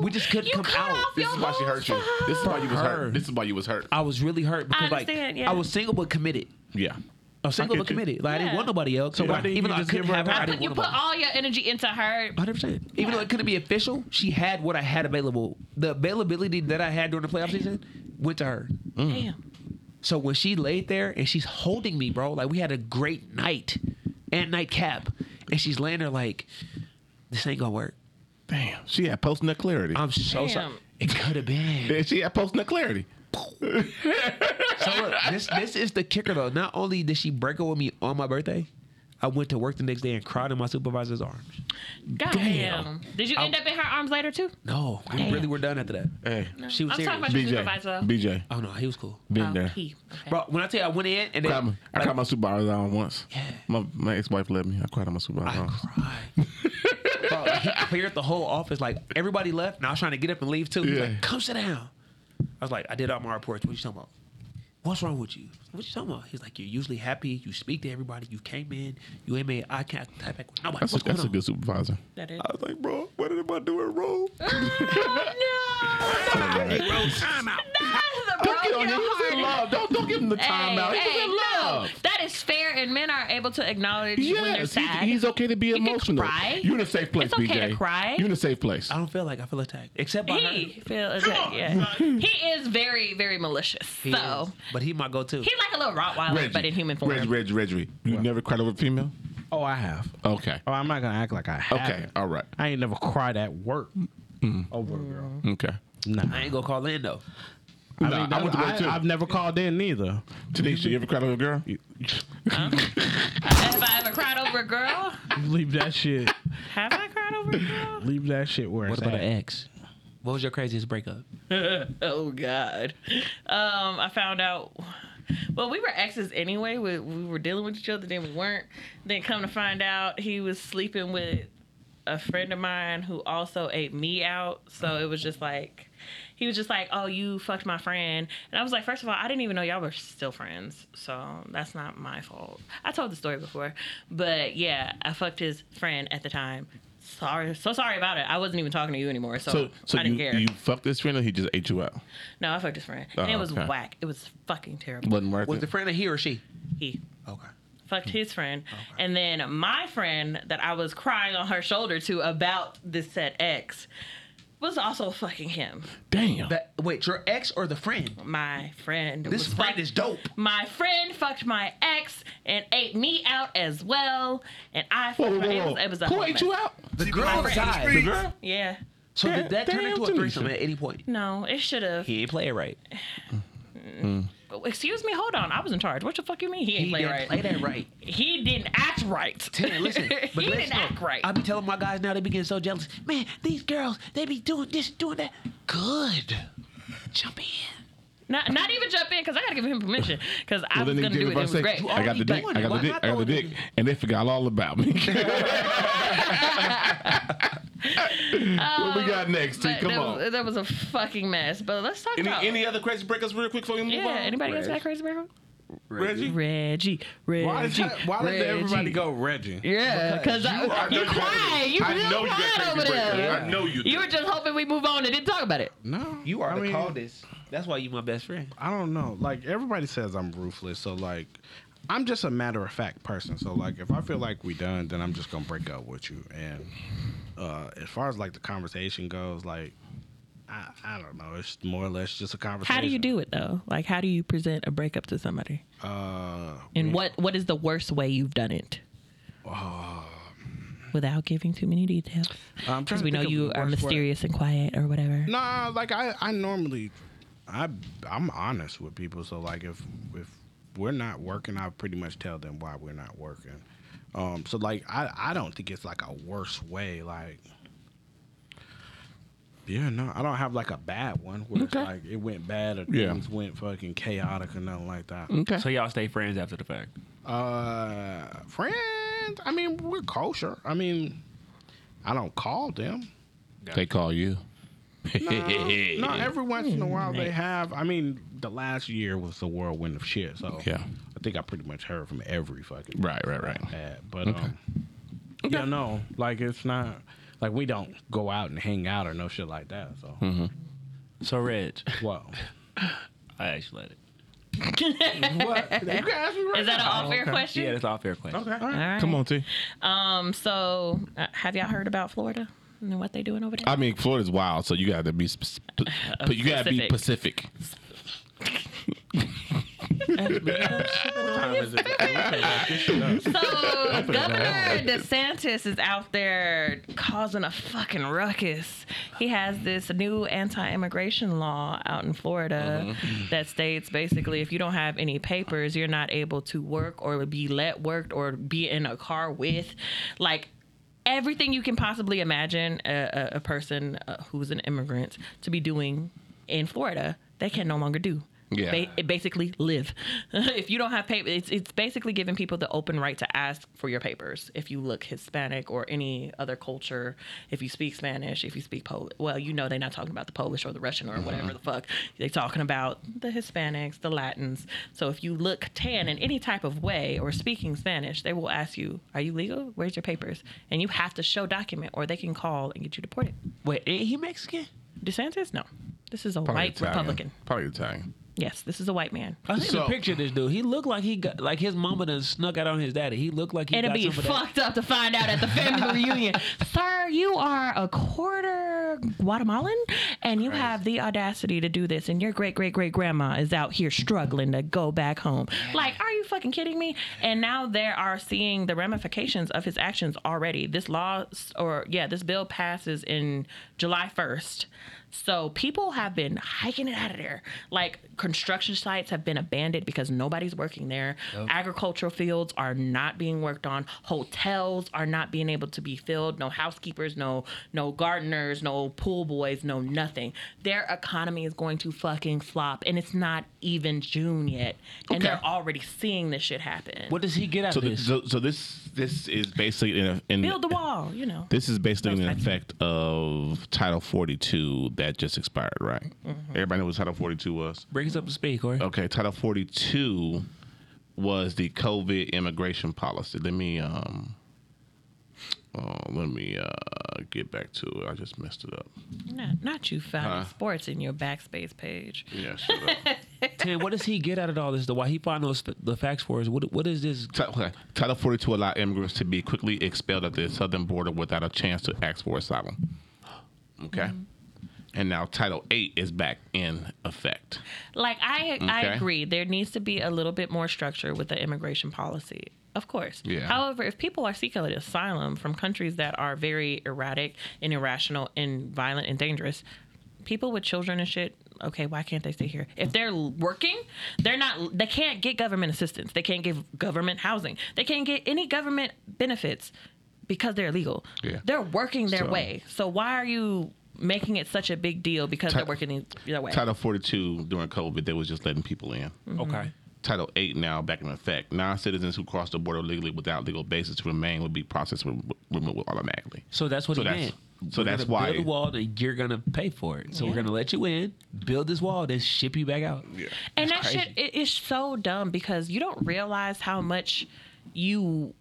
C: We just couldn't
B: You
C: come
B: cut
C: out.
B: off
A: This is why she hurt you. This is why you was
C: Her.
A: hurt. This is why you was hurt.
C: I was really hurt because like
B: understand, yeah.
C: I was single but committed.
A: Yeah.
C: I was
A: Oh,
C: single
A: get
C: but
A: you.
C: committed. Like I didn't
B: Yeah.
C: want nobody else. So
A: Yeah.
C: why
A: Why didn't
C: even
A: you
C: though I
A: just
C: couldn't
A: give her
C: have her,
A: a
C: I
A: hug?
C: didn't
B: You
C: want
B: put
C: nobody.
B: all your energy into her.
C: Hundred percent. Even though it couldn't be official, she had what I had available. The availability that I had during the playoff season went to her.
A: mm.
B: Damn.
C: So when she laid there and she's holding me, bro, like we had a great night and nightcap, and she's laying there like, this ain't gonna work.
A: Damn. She had post nut clarity.
C: I'm so sorry.
B: Damn.
C: It could have been.
A: Yeah, she had post nut clarity.
C: So look, this this is the kicker though. Not only did she break up with me on my birthday, I went to work the next day and cried in my supervisor's arms.
B: God damn. Did you end up in her arms later too?
C: No, we really were done after that.
A: Hey,
C: She was
B: I'm
C: serious.
B: talking about your supervisor.
A: BJ. BJ.
C: oh no, he was cool.
A: Been
B: Oh,
A: there.
B: he. Okay.
C: Bro, when I tell you I went in and
A: Cried my-
C: then
A: I cried my supervisor's arm once.
C: Yeah.
A: My, my ex wife left me. I cried on my supervisor's
C: I
A: arm.
C: cried. Bro, he cleared the whole office. Like everybody left, and I was trying to get up and leave too. He's
A: Yeah.
C: like, "Come sit down." I was like, "I did all my reports. What you talking about? What's wrong with you? What you talking about?" He's like, "You're usually happy. You speak to everybody. You came in. You ain't made eye contact with nobody.
A: That's, a,
C: What's going
A: that's a
C: on?"
A: good supervisor.
B: That is. Oh,
A: I was like, bro, what am I doing wrong?
C: Time out.
A: Don't get on him. He's in love. Don't, don't give him the time
B: Hey,
A: out. He's
B: hey,
A: in love.
B: no. That is fair, and men are able to acknowledge when they're
A: Yes, he's,
B: sad.
A: he's okay to be
B: can
A: emotional.
B: cry.
A: You're in a safe place,
B: It's okay
A: BJ.
B: to cry.
A: You're in a safe place.
C: I don't feel like I feel attacked, except by her.
B: he feel attacked, yeah. he is very, very malicious.
C: He
B: so
C: is, but he my go-to.
B: he's like a little Rottweiler, but in human form.
A: Reggie, Reggie, Reggie. You never cried over a female?
D: Oh, I have.
A: Okay.
D: Oh, I'm not gonna act like I have.
A: Okay. All right.
D: I ain't never cried at work over a girl.
A: Okay.
D: Nah.
C: I ain't gonna call in though.
D: I,
A: Nah,
D: mean,
A: I went to work
D: I,
A: too.
D: I've never called in neither.
A: Tanisha, you ever cried over a girl?
B: Have I ever cried over a girl?
D: Leave that shit.
B: Have I cried over a girl?
D: Leave that shit where
C: What
D: it's
C: about
D: at.
C: an ex? What was your craziest breakup?
B: Oh God. Um, I found out. Well, we were exes anyway. We, we were dealing with each other, then we weren't. Then come to find out, he was sleeping with a friend of mine who also ate me out. So it was just like, he was just like, "Oh, you fucked my friend," and I was like, first of all, I didn't even know y'all were still friends, so that's not my fault." I told the story before, but yeah, I fucked his friend at the time. Sorry, so sorry about it. I wasn't even talking to you anymore, so,
A: So, so
B: I
A: you,
B: didn't care.
A: you fucked this friend or he just ate you out?
B: No, I fucked his friend. and
A: Oh,
B: it was
A: okay.
B: whack. It was fucking terrible.
A: Wasn't worth
C: Was
A: it.
C: the friend a he or she?
B: He
C: Okay.
B: fucked his friend.
A: Oh,
B: And then my friend that I was crying on her shoulder to about this said ex was also fucking him.
A: Damn.
C: That wait, your ex or the friend?
B: My friend.
C: This
B: was
C: friend
B: fuck-
C: is dope.
B: My friend fucked my ex and ate me out as well. And I fucked
A: whoa,
B: my
A: whoa,
B: It
A: whoa.
B: was, it was a
A: Who
B: whole
A: ate
B: mess.
A: you out?
C: The girl
B: friend.
C: died.
A: The girl?
B: Yeah.
C: So did that turn
A: Damn,
C: into a
A: Tanisha.
C: threesome at any point?
B: No, it should have. Oh,
C: He ain't play it right.
B: Excuse me, hold on. I was in charge. What the fuck you mean he ain't
C: He
B: play
C: didn't
B: right?
C: play that right.
B: He didn't act right.
C: Tan, listen. But
B: he
C: let's
B: didn't
C: know.
B: act right.
C: I be telling my guys now they be getting so jealous. Man, these girls, they be doing this, doing that. Good. Jump in.
B: Not, not even jump in because I gotta give him permission because I
A: Well, then
B: was
A: they
B: gonna
A: did
B: do
A: it
B: it. It
A: by
B: was
A: saying,
B: great.
A: I got the dick. I got the dick. I got the dick. And they forgot all about me. what we got next? T?
B: But
A: Come
B: that,
A: on.
B: Was, that was a fucking mess. But let's talk
A: Any
B: about
A: any other crazy breakups real quick before we move
B: yeah.
A: on?
B: Anybody else got crazy breakup?
A: Reggie?
B: Reggie, Reggie.
D: Why does, that- why does everybody go Reggie?
B: Yeah, because
A: You are
B: you
A: not crazy.
B: crying. You
A: I
B: real
A: know you got
B: crying
A: crazy
B: over
A: breakups.
B: there.
A: I know you.
B: You
A: do.
B: were just hoping we move on and didn't talk about it.
D: No,
C: You are
D: I
C: the
D: mean,
C: coldest. That's why you my best friend.
D: I don't know. Like everybody says, I'm ruthless. So like, I'm just a matter of fact person. So like, if I feel like we done, then I'm just gonna break up with you. And uh, as far as like the conversation goes, like, I, I don't know. It's more or less just a conversation.
J: How do you do it though? Like, how do you present a breakup to somebody?
D: Uh,
J: And what what is the worst way you've done it? Without giving too many details,
D: Uh, I'm trying
J: because
D: to
J: we know
D: think of
J: you
D: the
J: are
D: worst way.
J: mysterious and quiet or whatever.
D: Nah, like I, I normally, I, I'm honest with people. So like, if if we're not working, I pretty much tell them why we're not working. Um, so like, I, I don't think it's like a worse way. Like, yeah, no, I don't have like a bad one where it's like it went bad or
A: Yeah.
D: things went fucking chaotic or nothing like that.
C: So y'all stay friends after the fact.
D: Uh, friends, I mean, we're kosher. I mean, I don't call them.
A: They call you.
D: No, every once in a while they have. I mean, the last year was the whirlwind of shit. So
A: Yeah.
D: I think I pretty much heard from every fucking
A: Right, right, right.
D: ad. But um, yeah, no, like it's not like we don't go out and hang out or no shit like that. So
A: Hmm.
C: So Reg,
D: whoa,
C: I actually let it.
D: what you guys right?
B: Is that an off air question?
C: Yeah, that's all fair question.
D: Okay.
B: All right.
A: Come on, T.
B: Um, so uh, have y'all heard about Florida and what they doing over there?
A: I mean, Florida's wild, so you got to be, sp-
B: Uh,
A: but you got to be Pacific.
B: So Governor DeSantis is out there causing a fucking ruckus. He has this new anti-immigration law out in Florida that states basically if you don't have any papers, you're not able to work or be let worked or be in a car with, like. Everything you can possibly imagine a, a, a person uh, who's an immigrant to be doing in Florida, they can no longer do.
A: Yeah.
B: Ba- it basically live. if you don't have paper, it's, it's basically giving people the open right to ask for your papers. If you look Hispanic or any other culture, if you speak Spanish, if you speak Polish, well, you know they're not talking about the Polish or the Russian or whatever the fuck. They're talking about the Hispanics, the Latins. So if you look tan in any type of way or speaking Spanish, they will ask you, "Are you legal? Where's your papers?" And you have to show document, or they can call and get you deported.
C: Wait, ain't he Mexican?
B: DeSantis, no, this is a white
A: Italian.
B: Republican.
A: Probably Italian.
B: Yes, this is a white man.
C: I seen
A: So-
C: a picture of this dude. He looked like he got like his mama done snuck out on his daddy. He looked like he
B: It'll
C: got
B: be
C: some of that.
B: fucked up to find out at the family reunion. Sir, you are a quarter Guatemalan and you have the audacity to do this, and your great great great grandma is out here struggling to go back home. Like, are you fucking kidding me? And now they are seeing the ramifications of his actions already. This law, s- or yeah, this bill passes in July 1st. So people have been hiking it out of there. Like construction sites have been abandoned because nobody's working there. Agricultural fields are not being worked on. Hotels are not being able to be filled. No housekeepers, no no gardeners, no pool boys, no nothing. Their economy is going to fucking flop and it's not even June yet. And they're already seeing this shit happen.
C: What does he get out
A: So,
C: of
A: the,
C: this?
A: so, so this this is basically in, a, in
B: Build the wall, you know.
A: This is basically an
B: Those types.
A: effect of Title 42 that just expired, right?
B: Mm-hmm.
A: Everybody knows what Title 42 was.
C: Bring us up to speed, Corey.
A: Okay, Title 42 was the COVID immigration policy. Let me um oh, let me uh get back to it. I just messed it up.
B: Not, not you found sports in your backspace page.
A: Yeah, shut up.
C: Tan, what does he get out of all this? though? Why he find those the facts for us? What what is this?
A: Ti- okay. Title 42 allowed immigrants to be quickly expelled at the southern border without a chance to ask for asylum. Okay? And now Title 8 is back in effect.
B: Like I I
A: Okay.
B: agree. There needs to be a little bit more structure with the immigration policy. Of course.
A: Yeah.
B: However, if people are seeking asylum from countries that are very erratic and irrational and violent and dangerous, people with children and shit, okay, why can't they stay here? If they're l- working, they're not they can't get government assistance. They can't give government housing. They can't get any government benefits because they're illegal.
A: Yeah.
B: They're working their
A: So-
B: way. So why are you making it such a big deal because they're working their way?
A: Title 42 during COVID, they was just letting people in.
C: Okay.
A: Title 8 now back in effect. Non citizens who cross the border legally without legal basis to remain would be processed with removal automatically.
C: So that's what
A: So
C: he
A: that's-
C: meant.
A: so
C: We're
A: that's
C: gonna
A: why-
C: build a wall and you're gonna pay for it. So we're gonna let you in, build this wall, then ship you back out. Yeah.
B: and that
C: crazy.
B: shit it is so dumb because you don't realize how much you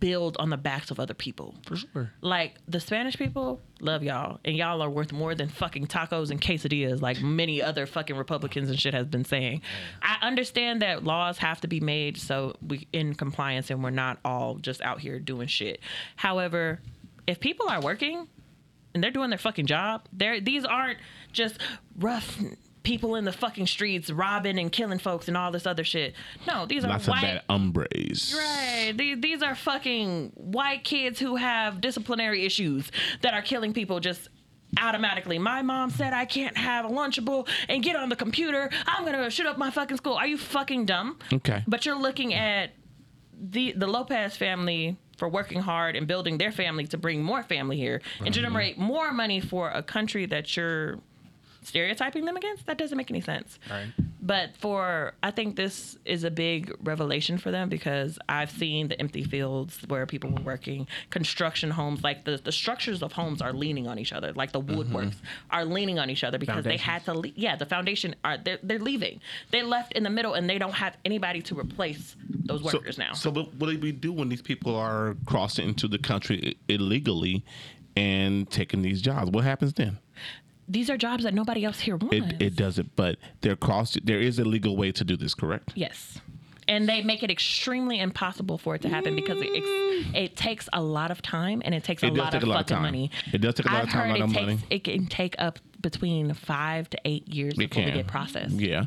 B: build on the backs of other people.
C: For sure.
B: Like the Spanish people love y'all, and y'all are worth more than fucking tacos and quesadillas, like many other fucking Republicans and shit has been saying. I understand that laws have to be made so we in compliance, and we're not all just out here doing shit. However, if people are working, and they're doing their fucking job. They're, these aren't just rough people in the fucking streets robbing and killing folks and all this other shit. No, these are
A: Lots of
B: white.
A: bad hombres.
B: Right. These, these are fucking white kids who have disciplinary issues that are killing people just automatically. My mom said I can't have a Lunchable and get on the computer. I'm going to shoot up my fucking school. Are you fucking dumb?
A: Okay.
B: But you're looking at the the Lopez family for working hard and building their family to bring more family here and generate more money for a country that you're stereotyping them against. That doesn't make any sense. Right. But for I think this is a big revelation for them because I've seen the empty fields where people were working, construction homes, like the, the structures of homes are leaning on each other, like the woodworks
A: Mm-hmm.
B: are leaning on each other because they had to. Le- yeah, the foundation are they're, they're leaving. They left in the middle and they don't have anybody to replace those
A: So,
B: workers now.
A: so what, what do we do when these people are crossing into the country i- illegally and taking these jobs? What happens then?
B: These are jobs that nobody else here wants.
A: It, it doesn't, but they're crossed. There is a legal way to do this, correct?
B: Yes. And they make it extremely impossible for it to happen because it ex- it takes a lot of time and it takes a
A: Mm. It does
B: lot
A: take
B: of
A: a lot of
B: fucking
A: time.
B: money.
A: It does take a lot of
B: I've
A: time,
B: heard
A: a lot
B: it
A: of
B: takes,
A: money.
B: It can take up between five to eight years before
A: can.
B: we get processed
A: Yeah.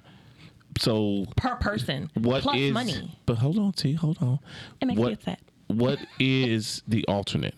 A: So
B: per person
A: what
B: plus
A: is-
B: money.
A: But hold on, T. Hold on.
B: It makes me
A: what,
B: upset.
A: What is the alternate?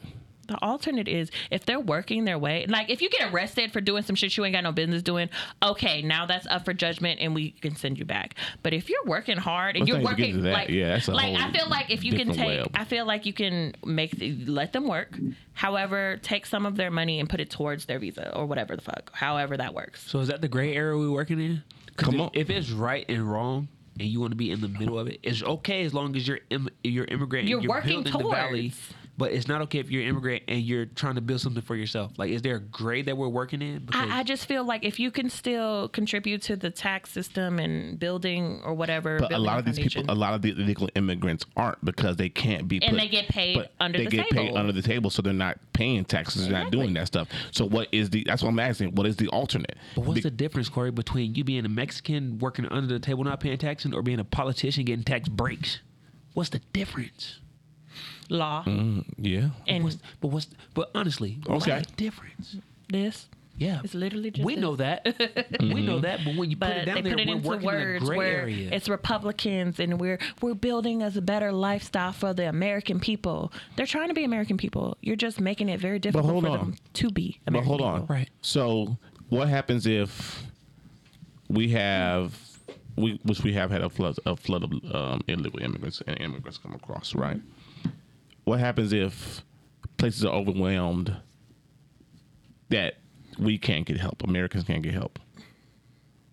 B: The alternate is if they're working their way, like if you get arrested for doing some shit you ain't got no business doing, okay, now that's up for judgment and we can send you back. But if you're working hard and
A: Well,
B: you're
A: thanks, we get
B: working
A: to that.
B: like,
A: Yeah, that's a
B: like I
A: whole
B: feel like if you can
A: different
B: take,
A: web.
B: I feel like you can make the, let them work. However, take some of their money and put it towards their visa or whatever the fuck, however that works.
C: So is that the gray area we're working in? 'Cause
A: Come
C: if,
A: on.
C: If it's right and wrong, and you want to be in the middle of it, it's okay as long as you're Im- you're immigrant. and
B: You're working
C: building the valley.
B: towards.
C: But it's not okay if you're immigrant and you're trying to build something for yourself. Like, is there a grade that we're working in? Because
B: I, I just feel like if you can still contribute to the tax system and building or whatever,
A: But a
B: building
A: lot of these people,
B: foundation-
A: a lot of the illegal immigrants aren't because they can't be.
B: And
A: put-
B: they get paid
A: but
B: under
A: they
B: the
A: get paid
B: table.
A: under the table, so they're not paying taxes. They're not doing that stuff. So what is the? That's what I'm asking. What is the alternate?
C: But what's
A: Be-
C: the difference, Corey, between you being a Mexican working under the table not paying taxes or being a politician getting tax breaks? What's the difference?
B: law
A: Mm. yeah.
B: and
C: What's, but what's but honestly, what's
A: Okay.
C: the difference?
B: this.
C: Yeah,
B: It's literally just
C: we
B: this.
C: know that we know that. Mm-hmm. But when you put
B: but
C: it down
B: they
C: there,
B: put it
C: we're
B: into
C: working
B: words
C: in a gray
B: where
C: area.
B: it's Republicans and we're we're building us a better lifestyle for the American people. They're trying to be American people. You're just making it very difficult
A: hold
B: for
A: on.
B: them to be
A: But
B: American
A: hold on.
B: people.
C: Right.
A: So what happens if we have we which we have had a flood a flood of um, illegal immigrants and immigrants come across, right? What happens if places are overwhelmed that we can't get help? Americans can't get help.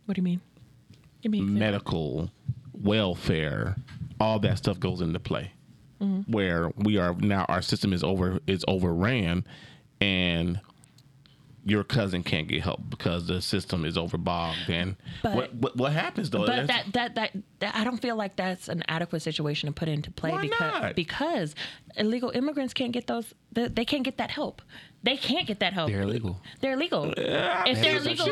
B: What do you mean? Give me an example.
A: Medical, welfare, all that stuff goes into play. Where we are now, our system is over is overran, and your cousin can't get help because the system is overbogged. And
B: But-
A: what, what what happens though? That's-
B: But that, that that that I don't feel like that's an adequate situation to put into play
A: Why
B: because
A: not?
B: because illegal immigrants can't get those they, they can't get that help. They can't get that help.
C: They're illegal.
B: They're illegal. if they're legal,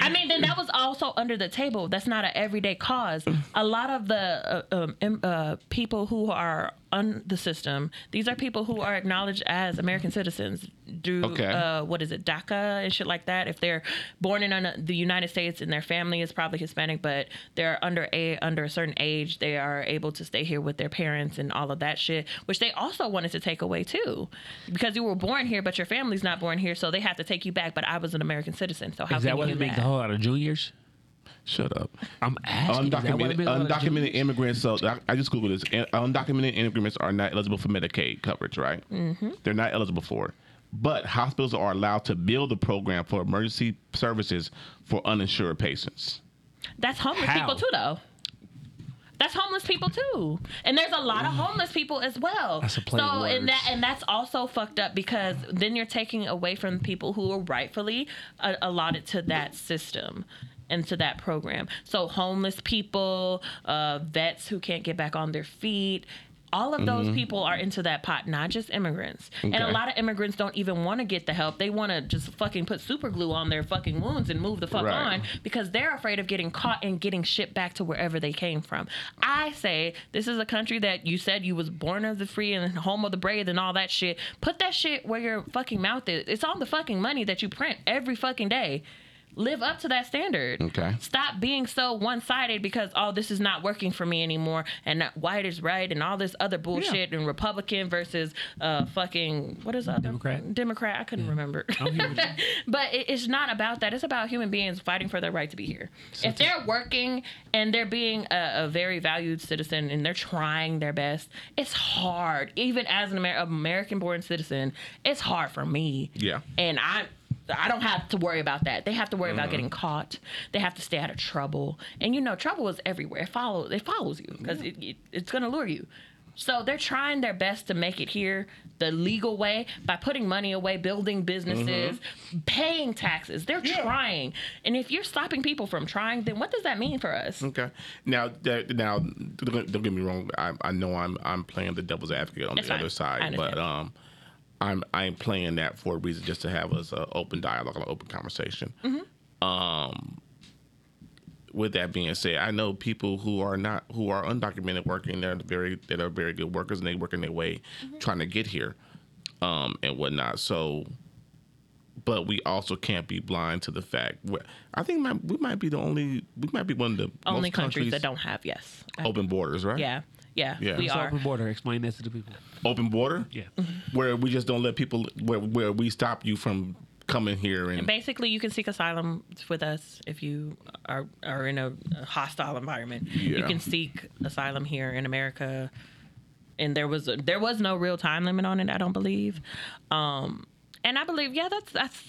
B: I mean, then that was also under the table. That's not an everyday cause. A lot of the uh, um, im- uh, people who are on the system, these are people who are acknowledged as American citizens. Do
A: Okay.
B: uh, what is it, DACA and shit like that. If they're born in an- the United States and their family is probably Hispanic, but they're under are a under a certain age, they are able to stay here with their parents and all of that shit, which they also wanted to take away too, because you were born here, but your family's not born here, so they have to take you back. But I was an American citizen, so how
C: Is
B: can
C: that why
B: you
C: they
B: do
C: make
B: that?
C: the whole lot of juniors?
A: Shut up.
C: I'm asking. is that why they
A: Undocumented,
C: make a lot of
A: undocumented
C: juniors?
A: immigrants. So I, I just googled this. and Undocumented immigrants are not eligible for Medicaid coverage, right? Mm-hmm. They're not eligible for it. But hospitals are allowed to build a program for emergency services for uninsured patients.
B: That's homeless
C: How?
B: people too, though. That's homeless people too, and there's a lot of homeless people as well.
C: That's a play
B: so,
C: of
B: and that
C: words.
B: and that's also fucked up because then you're taking away from people who are rightfully uh, allotted to that system and to that program. So, homeless people, uh, vets who can't get back on their feet. All of
C: Mm-hmm.
B: those people are into that pot, not just immigrants. And a
A: Okay.
B: lot of immigrants don't even want to get the help. They want to just fucking put super glue on their fucking wounds and move the fuck
A: Right.
B: on because they're afraid of getting caught and getting shipped back to wherever they came from. I say this is a country that you said you was born of the free and home of the brave and all that shit. Put that shit where your fucking mouth is. It's on the fucking money that you print every fucking day. Live up to that standard.
A: Okay.
B: Stop being so one sided because, oh, this is not working for me anymore, and that white is right, and all this other bullshit, and Republican versus uh, fucking, what is the other?
C: Democrat.
B: Democrat. I couldn't remember.
C: here with you.
B: but it, it's not about that. It's about human beings fighting for their right to be here. if they're working and they're being a, a very valued citizen and they're trying their best, it's hard. Even as an Amer- American born citizen, it's hard for me.
A: Yeah.
B: And I. I don't have to worry about that. They have to worry
A: Mm-hmm.
B: about getting caught. They have to stay out of trouble. And you know, trouble is everywhere. It follows. It follows you because it, it, it's going to lure you. So they're trying their best to make it here the legal way by putting money away, building businesses,
A: Mm-hmm.
B: paying taxes. They're trying. And if you're stopping people from trying, then what does that mean for us?
A: Okay. Now, that, now, don't don't get me wrong. I, I know I'm I'm playing the devil's advocate on
B: It's
A: the
B: fine.
A: other
B: I
A: side,
B: understand.
A: but um, I'm I'm playing that for a reason, just to have us an open dialogue, an open conversation.
B: Mm-hmm.
A: Um, with that being said, I know people who are not who are undocumented working. They're very that are very good workers, and they work in their way
B: Mm-hmm.
A: trying to get here, um, and whatnot. So. But we also can't be blind to the fact. wh- I think my, we might be the only, we might be one of the
B: Only
A: most
B: countries, that don't have, yes. I-
A: open borders, right?
B: yeah. Yeah.
A: Yeah.
B: We
A: So
B: are.
C: Open border. Explain that to the people.
A: Open border.
C: Yeah.
A: Where we just don't let people where where we stop you from coming here and
B: Basically, you can seek asylum with us if you are are in a hostile environment. You
A: Yeah.
B: can seek asylum here in America. And there was there was no real time limit on it, I don't believe. Um, and I believe, yeah, that's that's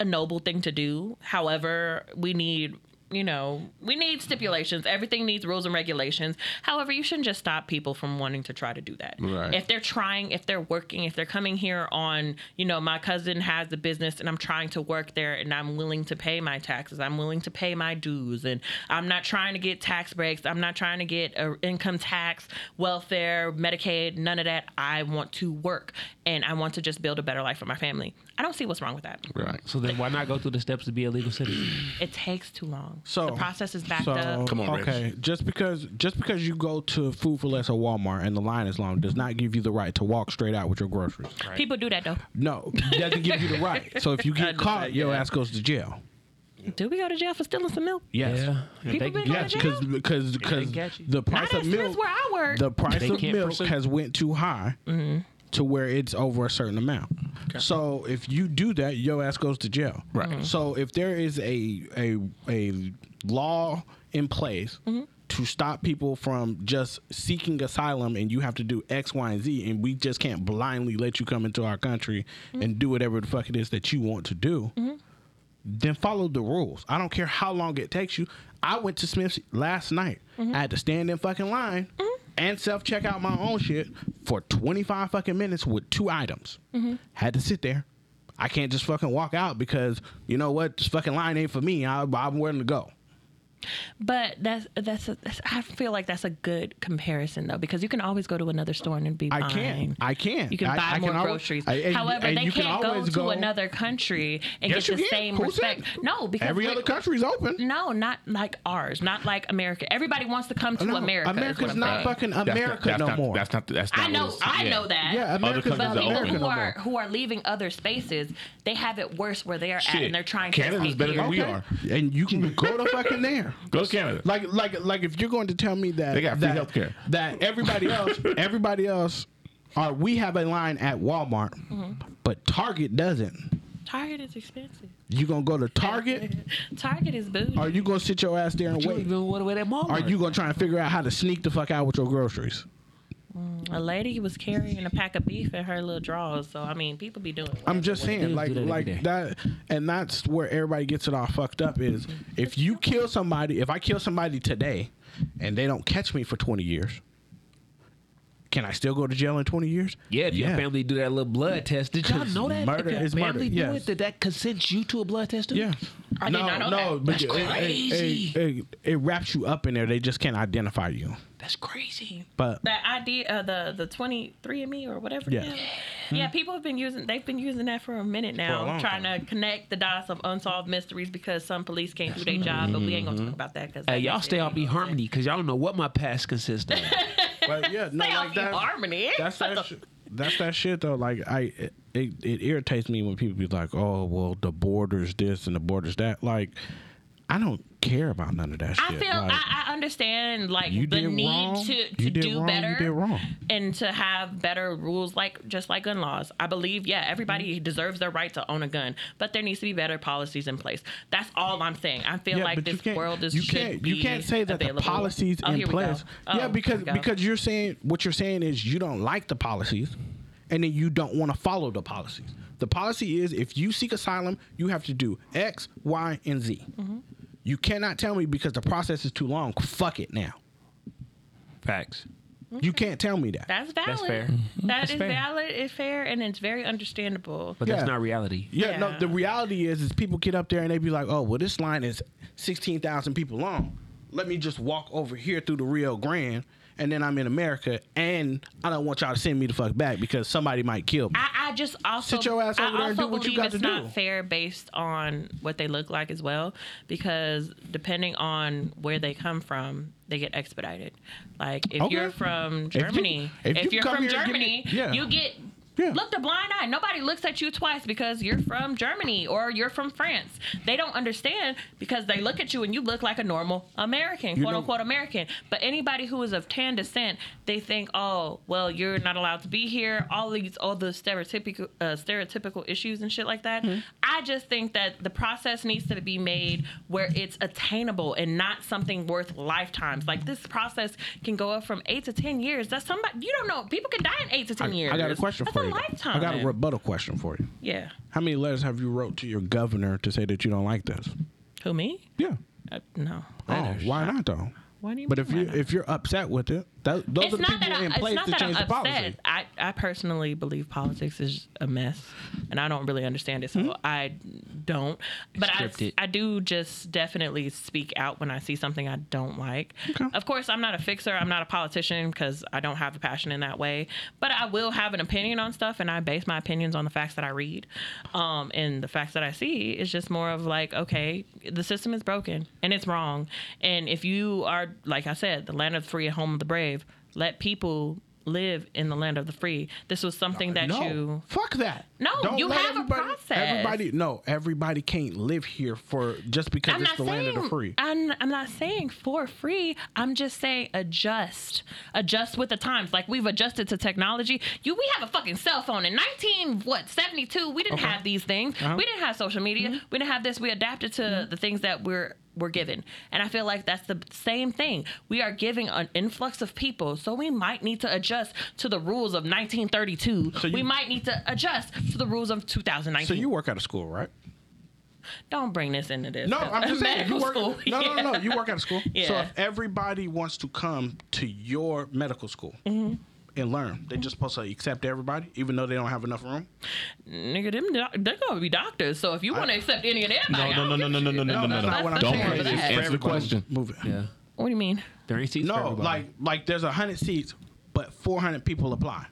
B: a noble thing to do. However, we need you know we need stipulations. Everything needs rules and regulations. However, you shouldn't just stop people from wanting to try to do that.
A: Right.
B: If they're trying, if they're working, if they're coming here on you know my cousin has a business and I'm trying to work there and I'm willing to pay my taxes, I'm willing to pay my dues, and I'm not trying to get tax breaks. I'm not trying to get uh, income tax, welfare, Medicaid, none of that. I want to work and I want to just build a better life for my family. I don't see what's wrong with that
A: right.
C: So then why not go through the steps to be a legal citizen?
B: it takes too long.
D: So
B: the process is backed
D: so,
B: up.
A: Come on, Rich.
D: okay. Just because just because you go to Food for Less or Walmart and the line is long does not give you the right to walk straight out with your groceries.
B: People do that though.
D: No, it doesn't give you the right. So if you get caught, your ass goes to jail.
B: Do we go to jail for stealing some milk?
D: Yes.
B: People been
D: Yes,
B: going to
D: because
B: jail.
D: because because
C: catch you.
D: the price
B: Not
D: of
B: as
D: milk
B: where I work.
D: the price
C: They
D: of
C: can't Mm-hmm.
D: milk
C: pursue-
D: has went too high to where it's over a certain amount. So if you do that, your ass goes to jail. Right.
B: Mm-hmm.
D: So if there is a a a law in place
B: Mm-hmm.
D: to stop people from just seeking asylum and you have to do X, Y, and Z and we just can't blindly let you come into our country
B: Mm-hmm.
D: and do whatever the fuck it is that you want to do then follow the rules. I don't care how long it takes you. I went to Smith's last night.
B: Mm-hmm.
D: I had to stand in fucking line and self check out my own shit for 25 fucking minutes with two items.
B: Mm-hmm.
D: Had to sit there. I can't just fucking walk out because you know what? This fucking line ain't for me. I, I'm willing to go.
B: But that's that's, a, that's I feel like that's a good comparison though because you can always go to another store and be
D: I
B: fine.
D: can. I can.
B: You can
D: I-
B: buy
D: I
B: more
D: alwa-
B: groceries.
D: I- and-
B: However,
D: and
B: they
D: you can
B: can't go
D: always
B: to another country and
D: Yes,
B: get the
D: you can.
B: same
D: Who said-
B: respect. No, because
D: Every
B: we-
D: other country's open.
B: No, not like ours. Not like America. Everybody wants to come to
D: No,
B: America. is what
D: America's
B: I'm
D: not
B: saying.
D: fucking America
A: that's
D: no
A: not,
D: more.
A: That's not that's not
B: I know,
A: what it's-
B: I
A: yeah.
B: know that.
D: Yeah, America's
A: countries
B: but
A: are
D: not
B: people
D: America
A: open.
B: who
D: no
B: are
D: more.
B: who are leaving other spaces, they have it worse where they are at,
A: Shit.
B: and they're trying
A: Canada's
B: to escape
A: better than
B: here.
A: we
D: Okay.
A: are.
D: And you can go to fucking there.
A: Canada. Go to Canada.
D: Like like like if you're going to tell me that
A: They got free
D: that,
A: healthcare.
D: that everybody else everybody else or we have a line at Walmart
A: Mm-hmm.
D: but Target doesn't.
B: Target is expensive.
D: You gonna go to Target?
B: Target is booty.
D: Or you gonna sit your ass there and wait?
C: what away that mall?
D: Are you gonna try and figure out how to sneak the fuck out with your groceries?
B: A lady was carrying a pack of beef in her little drawers. So I mean, people be doing.
D: I'm just saying,
C: do
D: like,
C: that every day.
D: like that, and that's where everybody gets it all fucked up. Is if you kill somebody, if I kill somebody today, and they don't catch me for 20 years, can I still go to jail in 20 years?
C: Yeah, if your family do that little blood test, did y'all know that?
D: murder
C: if your
D: is murder,
C: family do
D: yes.
C: it, did that consent you to a blood test? too?
D: Yeah.
B: I did
D: no,
B: not know
D: no,
B: that.
D: but
C: That's
D: it, it-
C: crazy.
D: It, it- it wraps you up in there. They just can't identify you.
C: that's crazy.
D: But
B: that idea uh, the the 23 and me or whatever
D: Yeah.
B: yeah. yeah people have been using they've been using that for a minute now
D: long
B: trying to connect the dots of unsolved mysteries because some police can't do their job but we ain't gonna talk about that because
C: Hey, y'all stay off be harmony because y'all don't know what my past consists of.
D: but yeah, no,
B: stay off E harmony
D: that's that sh- that's that shit though. Like I, it, it irritates me when people be like, "Oh, well, the borders this and the borders that." Like, I don't care about none of that
B: I
D: shit.
B: feel
D: like,
B: I, I understand like
D: you
B: the
D: did
B: need
D: wrong.
B: to,
D: you
B: to
D: did
B: do
D: wrong.
B: better
D: You did wrong.
B: and to have better rules like just like gun laws. I believe yeah, everybody
D: Mm-hmm.
B: deserves their right to own a gun, but there needs to be better policies in place. That's all I'm saying. I feel
D: Yeah,
B: like
D: but you
B: this
D: can't-
B: world is
D: you
B: should
D: can't
B: be
D: you can't say that
B: available.
D: the policies
B: Oh,
D: in
B: here we go.
D: place.
B: Oh,
D: yeah,
B: here
D: because
B: we go.
D: because you're saying what you're saying is you don't like the policies, and then you don't want to follow the policies. The policy is if you seek asylum, you have to do X, Y, and Z.
B: Mm-hmm.
D: You cannot tell me because the process is too long. Fuck it now.
C: Facts.
D: You can't tell me that.
B: That's valid.
C: fair.
B: That's
C: fair.
B: valid. It's fair, and it's very understandable.
C: But
D: Yeah.
C: that's not reality.
D: Yeah, no.
B: Yeah.
D: The reality is, is people get up there and they be like, "Oh, well, this line is sixteen thousand people long. Let me just walk over here through the Rio Grande, and then I'm in America. And I don't want y'all to send me the fuck back because somebody might kill me.
B: I, I just also
D: Sit your ass
B: I
D: over there and
B: also
D: do what you
B: believe
D: got
B: it's
D: to
B: not
D: do.
B: fair based on what they look like as well, because depending on where they come from, they get expedited. Like if
D: Okay.
B: you're from
D: If you-
B: Germany,
D: if
B: if,
D: you
B: you are
D: come
B: from
D: here and give
B: Germany,
D: me- yeah.
B: you get.
D: Yeah.
B: Look the blind eye. Nobody looks at you twice because you're from Germany or you're from France. They don't understand because they look at you and you look like a normal American, quote
D: know-
B: unquote American. But anybody who is of tan descent, they think, oh, well, you're not allowed to be here. All these, all the stereotypical, uh, stereotypical issues and shit like that.
D: Hmm.
B: I just think that the process needs to be made where it's attainable and not something worth lifetimes. Like this process can go up from eight to ten years. That's somebody you don't know. People can die in eight to ten years.
D: I got a question
B: That's
D: for
B: a
D: you. though.
B: Lifetime.
D: I got a rebuttal question for you.
B: yeah.
D: How many letters have you wrote to your governor to say that you don't like this?
B: Who me?
D: Yeah.
B: Uh, no.
D: Oh, why not though?
B: Why do you
D: But
B: mean
D: if you
B: why not?
D: if you're upset with it, that, those are
B: It's
D: the
B: not,
D: people
B: that I,
D: in
B: it's
D: place
B: not
D: to
B: that I'm
D: change the policy.
B: upset. I, I personally believe politics is a mess, and I don't really understand it, so
D: Hmm?
B: I don't. But I,
C: Scripted.
B: I do just definitely speak out when I see something I don't like. Of course, I'm not a fixer. I'm not a politician because I don't have a passion in that way. But I will have an opinion on stuff, and I base my opinions on the facts that I read, um, and the facts that I see. It's just more of like, okay, the system is broken and it's wrong. And if you are, like I said, the land of the free and home of the brave, let people live in the land of the free. This was something that
D: Uh, no,
B: you.
D: fuck that.
B: No, you
D: let
B: have a
D: everybody-
B: process.
D: Everybody, no, everybody can't live here for just because
B: I'm
D: it's
B: not
D: the
B: saying
D: land of the free.
B: I'm, I'm not saying for free. I'm just saying adjust, adjust with the times. Like we've adjusted to technology. You, we have a fucking cell phone in 19 what 72. We didn't have these things.
D: Uh-huh.
B: We didn't have social media.
D: Mm-hmm.
B: We didn't have this. We adapted to the things that we're we're given. And I feel like that's the same thing. We are giving an influx of people, so we might need to adjust to the rules of 1932. we might need to adjust to the rules of 2019.
D: so you work out of school, right?
B: Don't bring this into this.
D: No, I'm just saying you
B: Medical
D: work.
B: school.
D: No, no,
B: Yeah.
D: no, no, you work out of school. So
B: Yeah.
D: if everybody wants to come to your medical school
B: Mm-hmm.
D: and learn, they're just supposed to accept everybody, even though they don't have enough room.
B: Nigga, them doc- they gonna be doctors. So if you want to accept any of that,
A: No,
B: like, I
A: no,
B: don't
A: no,
B: give
A: no,
B: a
A: no, no,
B: shit.
A: no, no, no,
D: that's
A: no.
D: not what I'm
A: Don't
D: saying.
A: play
D: It's
A: this.
D: for
A: Answer the
D: everybody.
A: question.
D: Move it.
C: Yeah.
B: What do you mean?
C: There ain't seats for
D: No,
C: everybody.
D: like like there's hundred seats, but four hundred people apply.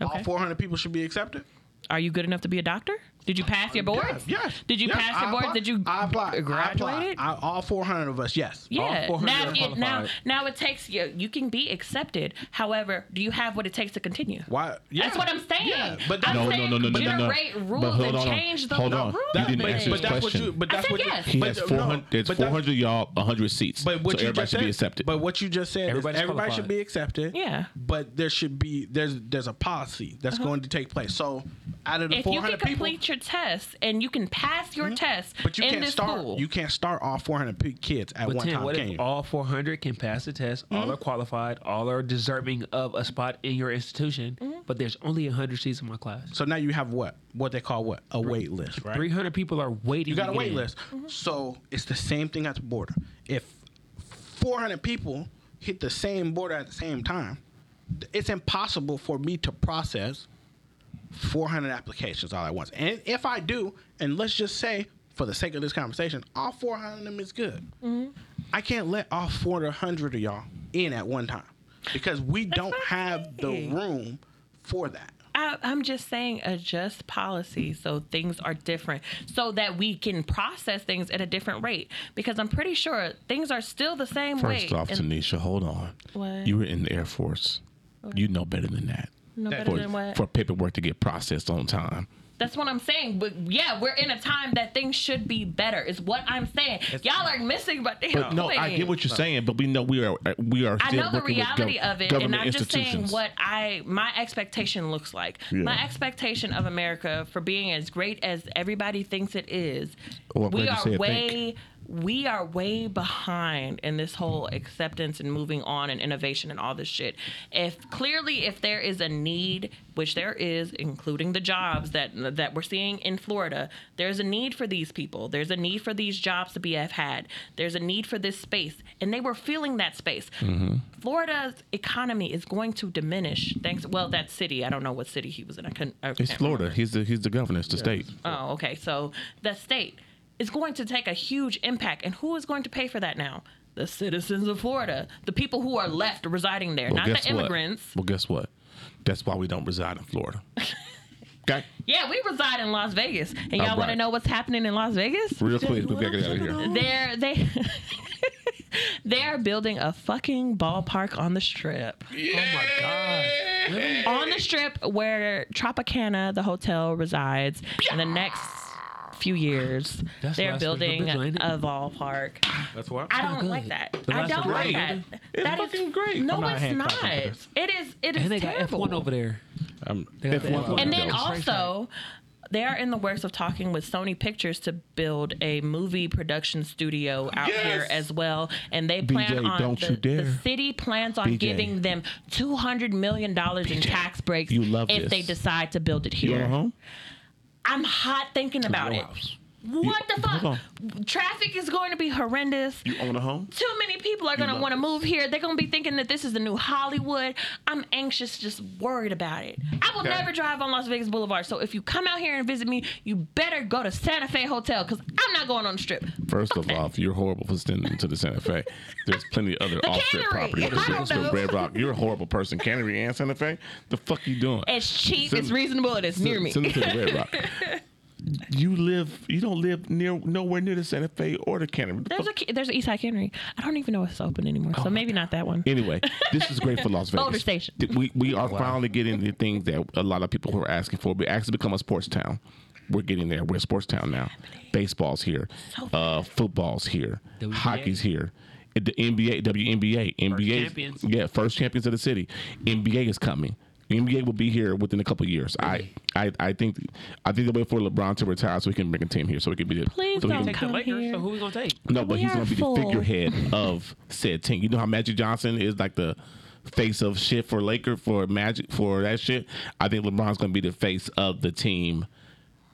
D: All
B: Okay.
D: four hundred people should be accepted.
B: Are you good enough to be a doctor? Did you pass your boards?
D: Yes.
B: Did you
D: yes,
B: pass your
D: I
B: boards?
D: applied.
B: Did you
D: I applied. I
B: graduated?
D: applied. I- all 400 of us, yes.
B: Yeah.
C: All 400
B: Now,
C: are
B: it, now,
C: qualified.
B: now it takes you. You can be accepted. However, do you have what it takes to continue?
D: Why? Yeah.
B: That's what I'm saying.
D: Yeah, but
B: I'm
D: that-
A: No, no,
B: saying
A: no, no, no, no, no.
B: Generate rules
A: But hold
B: and
A: on,
B: change the,
A: hold
B: the
A: on.
B: rules.
A: You didn't
D: but-
A: answer
D: but
A: his
D: that's
A: question.
D: What you, but
B: I
D: that's
B: said
D: what
B: yes.
D: You,
A: He
D: but
A: has
D: no,
A: 400. There's
D: but that-
A: 400 y'all, 100 seats.
D: But what
A: so
D: you
A: everybody
D: just
A: should
D: said,
A: be accepted.
D: But what you just said,
C: Everybody's
D: is everybody should
C: qualified.
D: be accepted.
B: Yeah. Uh-huh.
D: But there should be there's there's a policy that's going to take place. So out of the
B: if you can
D: 400 people,
B: complete your tests and you can pass your tests
D: but you
B: in
D: can't
B: this
D: start
B: school,
D: you can't start all 400 p- kids at
C: But
D: one
C: Tim,
D: time.
C: what
D: Can
C: if
D: you?
C: all 400 can pass the test?
B: Mm-hmm.
C: All are qualified. All are deserving of a spot in your institution.
B: Mm-hmm.
C: But there's only 100 seats in my class.
D: so now you have what what they call what a wait list, right?
C: 300 people are waiting.
D: You got
C: to
D: a
C: get
D: wait
C: in.
D: list. So it's the same thing at the border. If 400 people hit the same border at the same time, th- it's impossible for me to process 400 applications all at once. And if I do, and let's just say, for the sake of this conversation, all 400 of them is good. I can't let all 400 of y'all in at one time because we don't have the room for that.
B: I, I'm just saying adjust policy so things are different, so that we can process things at a different rate. Because I'm pretty sure things are still the same way.
A: First off,
B: and
A: Tanisha, hold on.
B: What?
A: You were in the Air Force. You know better than that.
B: no better
A: for,
B: than what?
A: for paperwork to get processed on time.
B: That's what I'm saying. But yeah, we're in a time that things should be better. Is what I'm saying. Y'all are missing, but they
A: But no, I get what you're saying, but we know we are we are
B: I
A: still
B: know the
A: working with
B: reality
A: gov-
B: of it, and
A: government
B: I'm just saying
A: institutions.
B: what I my expectation looks like.
A: Yeah.
B: My expectation of America for being as great as everybody thinks it is,
A: Oh, I'm glad
B: we
A: you
B: are
A: said
B: way
A: think.
B: we are way behind in this whole acceptance and moving on and innovation and all this shit. If clearly if there is a need, which there is, including the jobs that that we're seeing in Florida, there's a need for these people. There's a need for these jobs to be had. There's a need for this space, and they were feeling that space.
A: Mm-hmm.
B: Florida's economy is going to diminish thanks. Well, that city, I don't know what city he was in. I couldn't. I
A: It's
B: can't
A: Florida. He's the he's the governor. It's the state.
B: Oh, okay. So the state is going to take a huge impact, and who is going to pay for that now? The citizens of Florida, the people who are left residing there,
A: Well,
B: not
A: guess
B: the immigrants.
A: What? Well, guess what? That's why we don't reside in Florida. okay,
B: Yeah, we reside in Las Vegas, and y'all all
A: All
B: want to
A: right.
B: know what's happening in Las Vegas?
A: real quick, we gotta get out of here.
B: They're they. They are building a fucking ballpark on the strip.
C: Oh my God.
B: On the strip where Tropicana, the hotel, resides. In the next few years,
C: That's
B: they're
C: Las Vegas,
B: building
C: ain't it?
B: a ballpark.
D: That's what
B: I don't
C: good.
B: like that.
C: The
B: I
C: last
B: don't
C: one's
B: like
C: great.
B: that. It's
A: fucking great.
B: No,
D: I'm not
B: it's
D: hand-clapping
B: not.
D: for this.
B: It is. It is
C: And they got
B: terrible.
C: F1 over there.
A: Um,
C: They got
A: F1
C: F1.
A: over
B: and
A: there.
B: then also, they are in the works of talking with Sony Pictures to build a movie production studio out here as well. And they plan
A: BJ,
B: on
A: don't
B: the,
A: you dare.
B: the city plans on
A: BJ.
B: giving them two hundred million dollars in tax breaks
A: you love
B: if
A: this.
B: they decide to build it
A: you
B: here.
A: want home?
B: I'm hot thinking about it. What
A: You-
B: the fuck?
A: hold
B: Traffic is going to be horrendous.
A: You own a home?
B: too many people are going to
A: love
B: want to
A: this.
B: move here. They're going to be thinking that this is the new Hollywood. I'm anxious, just worried about it. I will
A: Okay.
B: never drive on Las Vegas Boulevard. So if you come out here and visit me, you better go to Santa Fe Hotel because I'm not going on the strip.
A: First of all, you're horrible for sending to the Santa Fe. There's plenty of other off-strip
B: cannery.
A: properties.
B: I don't
A: There's
B: know.
A: Red Rock. You're a horrible person. Cannery and Santa Fe. The fuck you doing?
B: It's cheap,
A: Send-
B: it's reasonable, and it's near me.
A: Send it to the Red Rock. You live. You don't live near nowhere near the Santa Fe or the Canterbury.
B: There's a ki- there's an Eastside Cannery. I don't even know if it's open anymore,
A: Oh
B: so maybe not that one.
A: Anyway, this is great for Las Vegas.
B: Boulder Station.
A: Th- We we are finally getting the things that a lot of people were asking for. We actually become a sports town. We're getting there. We're a sports town now. Baseball's here. Uh, football's here.
C: WNBA.
A: Hockey's here. Uh, The NBA, WNBA, NBA, 's-
C: champions.
A: yeah, first champions of the city. NBA is coming. NBA will be here within a couple of years. I, I, I think, I think the way for LeBron to retire so we can bring a team here so we can be the
B: Please
A: so we
B: don't
A: can-
C: Take the
B: Come
C: Lakers.
B: here.
C: So who we gonna take?
A: no, but
B: We
A: he's
B: are
A: going to be
B: full.
A: the figurehead of said team. You know how Magic Johnson is like the face of shit for Laker for Magic for that shit. I think LeBron's going to be the face of the team.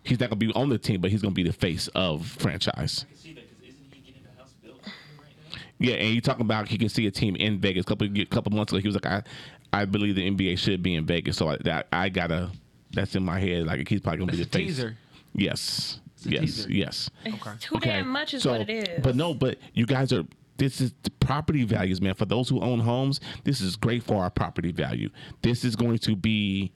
A: He's not going to be on the team, but he's going to be the face of franchise. Yeah, and you talking about he can see a team in Vegas. Couple couple months ago, he was like, "I, I believe the NBA should be in Vegas." So I, that I gotta, that's in my head. Like he's probably gonna be the
C: That's a
A: face.
C: teaser.
A: Yes,
C: a
A: yes,
C: teaser.
A: yes.
B: Too damn much is
A: So,
B: what it is.
A: But no, but you guys are. This is the property values, man. For those who own homes, this is great for our property value. This is going to be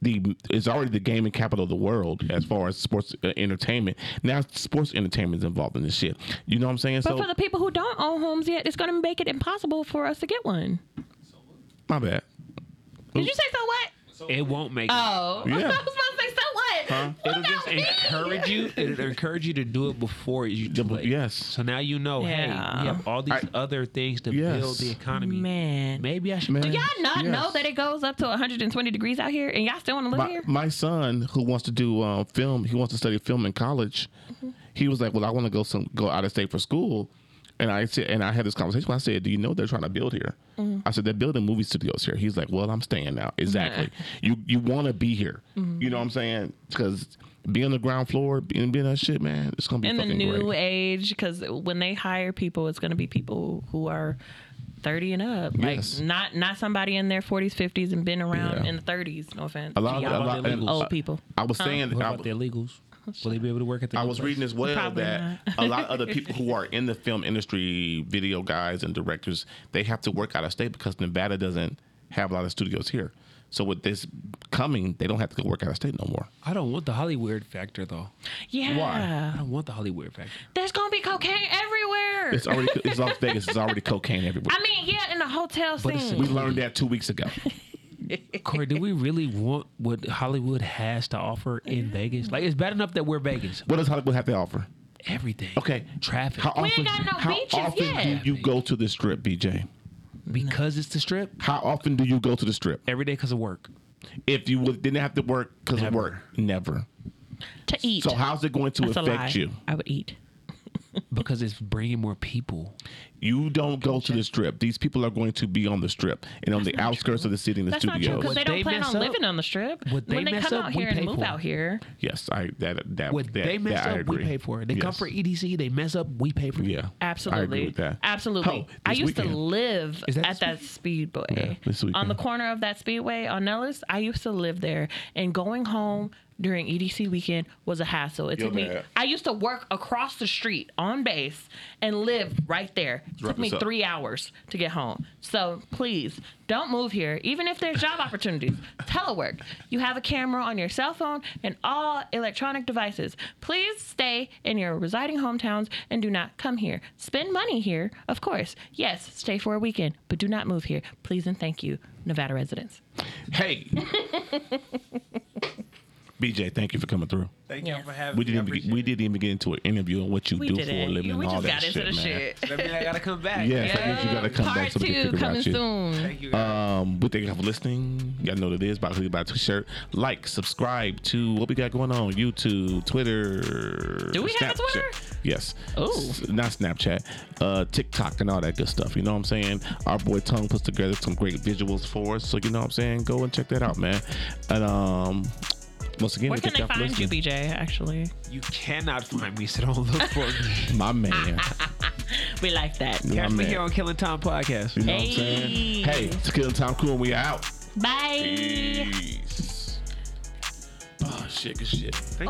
A: the it's already the gaming capital of the world as far as sports uh, entertainment. Now sports entertainment is involved in this shit. You know what I'm saying?
B: But
A: so
B: for the people who don't own homes yet, it's going to make it impossible for us to get one.
A: my bad.
B: Did you say so what?
C: It won't make.
B: Oh,
A: Yeah.
B: I was about to say so what?
C: it.
B: What
C: It'll just
B: about me?
C: encourage you. It'll encourage you to do it before you
A: Yeah, but-
C: play.
A: yes.
C: So now you know. Hey,
B: Yeah.
C: we have all these other things to
A: Yes.
C: build the economy.
B: Man.
C: Maybe I should.
A: Man.
B: Do y'all not
A: Yes.
B: know that it goes up to 120 degrees out here, and y'all still want to live
A: My,
B: here?
A: my son who wants to do um, film, he wants to study film in college.
B: Mm-hmm.
A: He was like, "Well, I want to go some go out of state for school." And I said, and I had this conversation. I said, "Do you know they're trying to build here?"
B: Mm-hmm.
A: I said, "They're building movie studios here." He's like, "Well, I'm staying now." Exactly. You you want to be here.
B: Mm-hmm.
A: You know what I'm saying? Because being on the ground floor, being being that shit, man, it's gonna be
B: in the
A: fucking
B: new
A: great.
B: age because when they hire people it's going to be people who are 30 and up like
A: Yes.
B: not not somebody in their 40s 50s and been around
A: Yeah.
B: in the 30s no offense
A: A lot
B: to
A: of
B: y'all
A: a lot, and
B: old
A: I-
B: people
A: I was saying,
C: What
A: I,
C: about the illegals?
B: Oh,
C: Will they be able to work at the?
A: I was
C: place?
A: reading as well
B: Probably
A: that a lot of other people who are in the film industry, video guys and directors, they have to work out of state because Nevada doesn't have a lot of studios here. So with this coming, they don't have to go work out of state no more.
C: I don't want the Hollywood factor though.
B: yeah
A: Why?
C: I don't want the Hollywood factor.
B: there's going to be cocaine everywhere
A: It's already it's Las Vegas. It's already cocaine everywhere.
B: i mean yeah in the hotel
C: But it's
B: scene
A: we learned that two weeks ago.
C: Corey, do we really want what Hollywood has to offer in Vegas? Like, it's bad enough that we're Vegas.
A: What does Hollywood have to offer?
C: Everything.
A: Okay,
C: Traffic.
A: How
B: ain't
A: often?
B: got no
A: how
B: beaches
A: often
B: yet.
A: do you go to the strip, BJ?
C: because it's the strip.
A: How often do you go to the strip?
C: Every day because of work.
A: If you would, didn't have to work because of
C: Never.
A: work, never.
B: to eat
A: So how's it going to
B: that's a lie
A: affect you?
B: i would eat
C: Because it's bringing more people.
A: You don't go to the strip. These people are going to be on the strip and on the outskirts of the city in the
B: that's not true
A: studios.
B: because they
C: What
B: don't
C: they
B: plan
C: mess
B: on
C: up-
B: living on the strip
C: what they
B: when they
C: mess
B: come
C: up,
B: out
C: we
B: here and
C: pay
B: move
C: for.
B: out here
A: yes, I that that
C: What
A: that,
C: they mess
A: that I
C: up, we
A: agree.
C: pay for it. They come
A: Yes.
C: for EDC, they mess up, we pay for it.
A: Yeah,
B: Absolutely.
A: I agree with that.
B: Absolutely.
A: Oh,
B: I
A: this
B: used to
A: weekend.
B: live
C: Is that
B: at
C: this
B: that speedway.
A: Yeah, this
B: on
A: weekend.
B: the corner of that speedway on Nellis, I used to live there. And going home during EDC weekend was a hassle. It
A: Yo,
B: took me
A: man.
B: I used to work across the street on base and live right there. It
A: wrap
B: took me
A: this up.
B: three hours to get home. So please don't move here. Even if there's job opportunities. Telework. You have a camera on your cell phone and all electronic devices. Please stay in your residing hometowns and do not come here. Spend money here, of course. Yes, stay for a weekend, but do not move here. Please and thank you, Nevada residents.
A: Hey, BJ, thank you for coming through.
H: Thank
B: Yes.
H: y'all for having
A: We
H: me. I
A: didn't even,
H: appreciate
A: we
H: it.
A: didn't even get into an interview on what you do for a living and all that shit, man.
H: That mean I gotta come back.
A: Yes, that means you gotta come back
B: Part
A: so we can
B: two
A: figure
B: coming
A: out you.
B: soon.
H: Thank you. guys.
A: Um, but thank you for listening. Y'all know what it is. By who by t-shirt. Like, subscribe to what we got going on. YouTube, Twitter.
B: Do we have a Twitter?
A: Yes.
B: Oh.
A: S- not Snapchat. Uh, TikTok and all that good stuff. You know what I'm saying? Our boy Tongue puts together some great visuals for us. So you know what I'm saying? Go and check that out, man. And um, once again,
B: Where
A: we
B: can
A: thank
B: they
A: y'all for
B: find you,
A: listening.
B: BJ, actually?
C: You cannot find me, so don't look for me.
A: My man.
B: We like that.
A: My
C: Catch me
A: man.
C: here on Killing Time Podcast.
A: You know what I'm saying?
B: Hey.
A: Hey, it's Killing Time Crew, and we out.
B: Bye.
A: Peace. Oh, shit, good shit.
C: Thank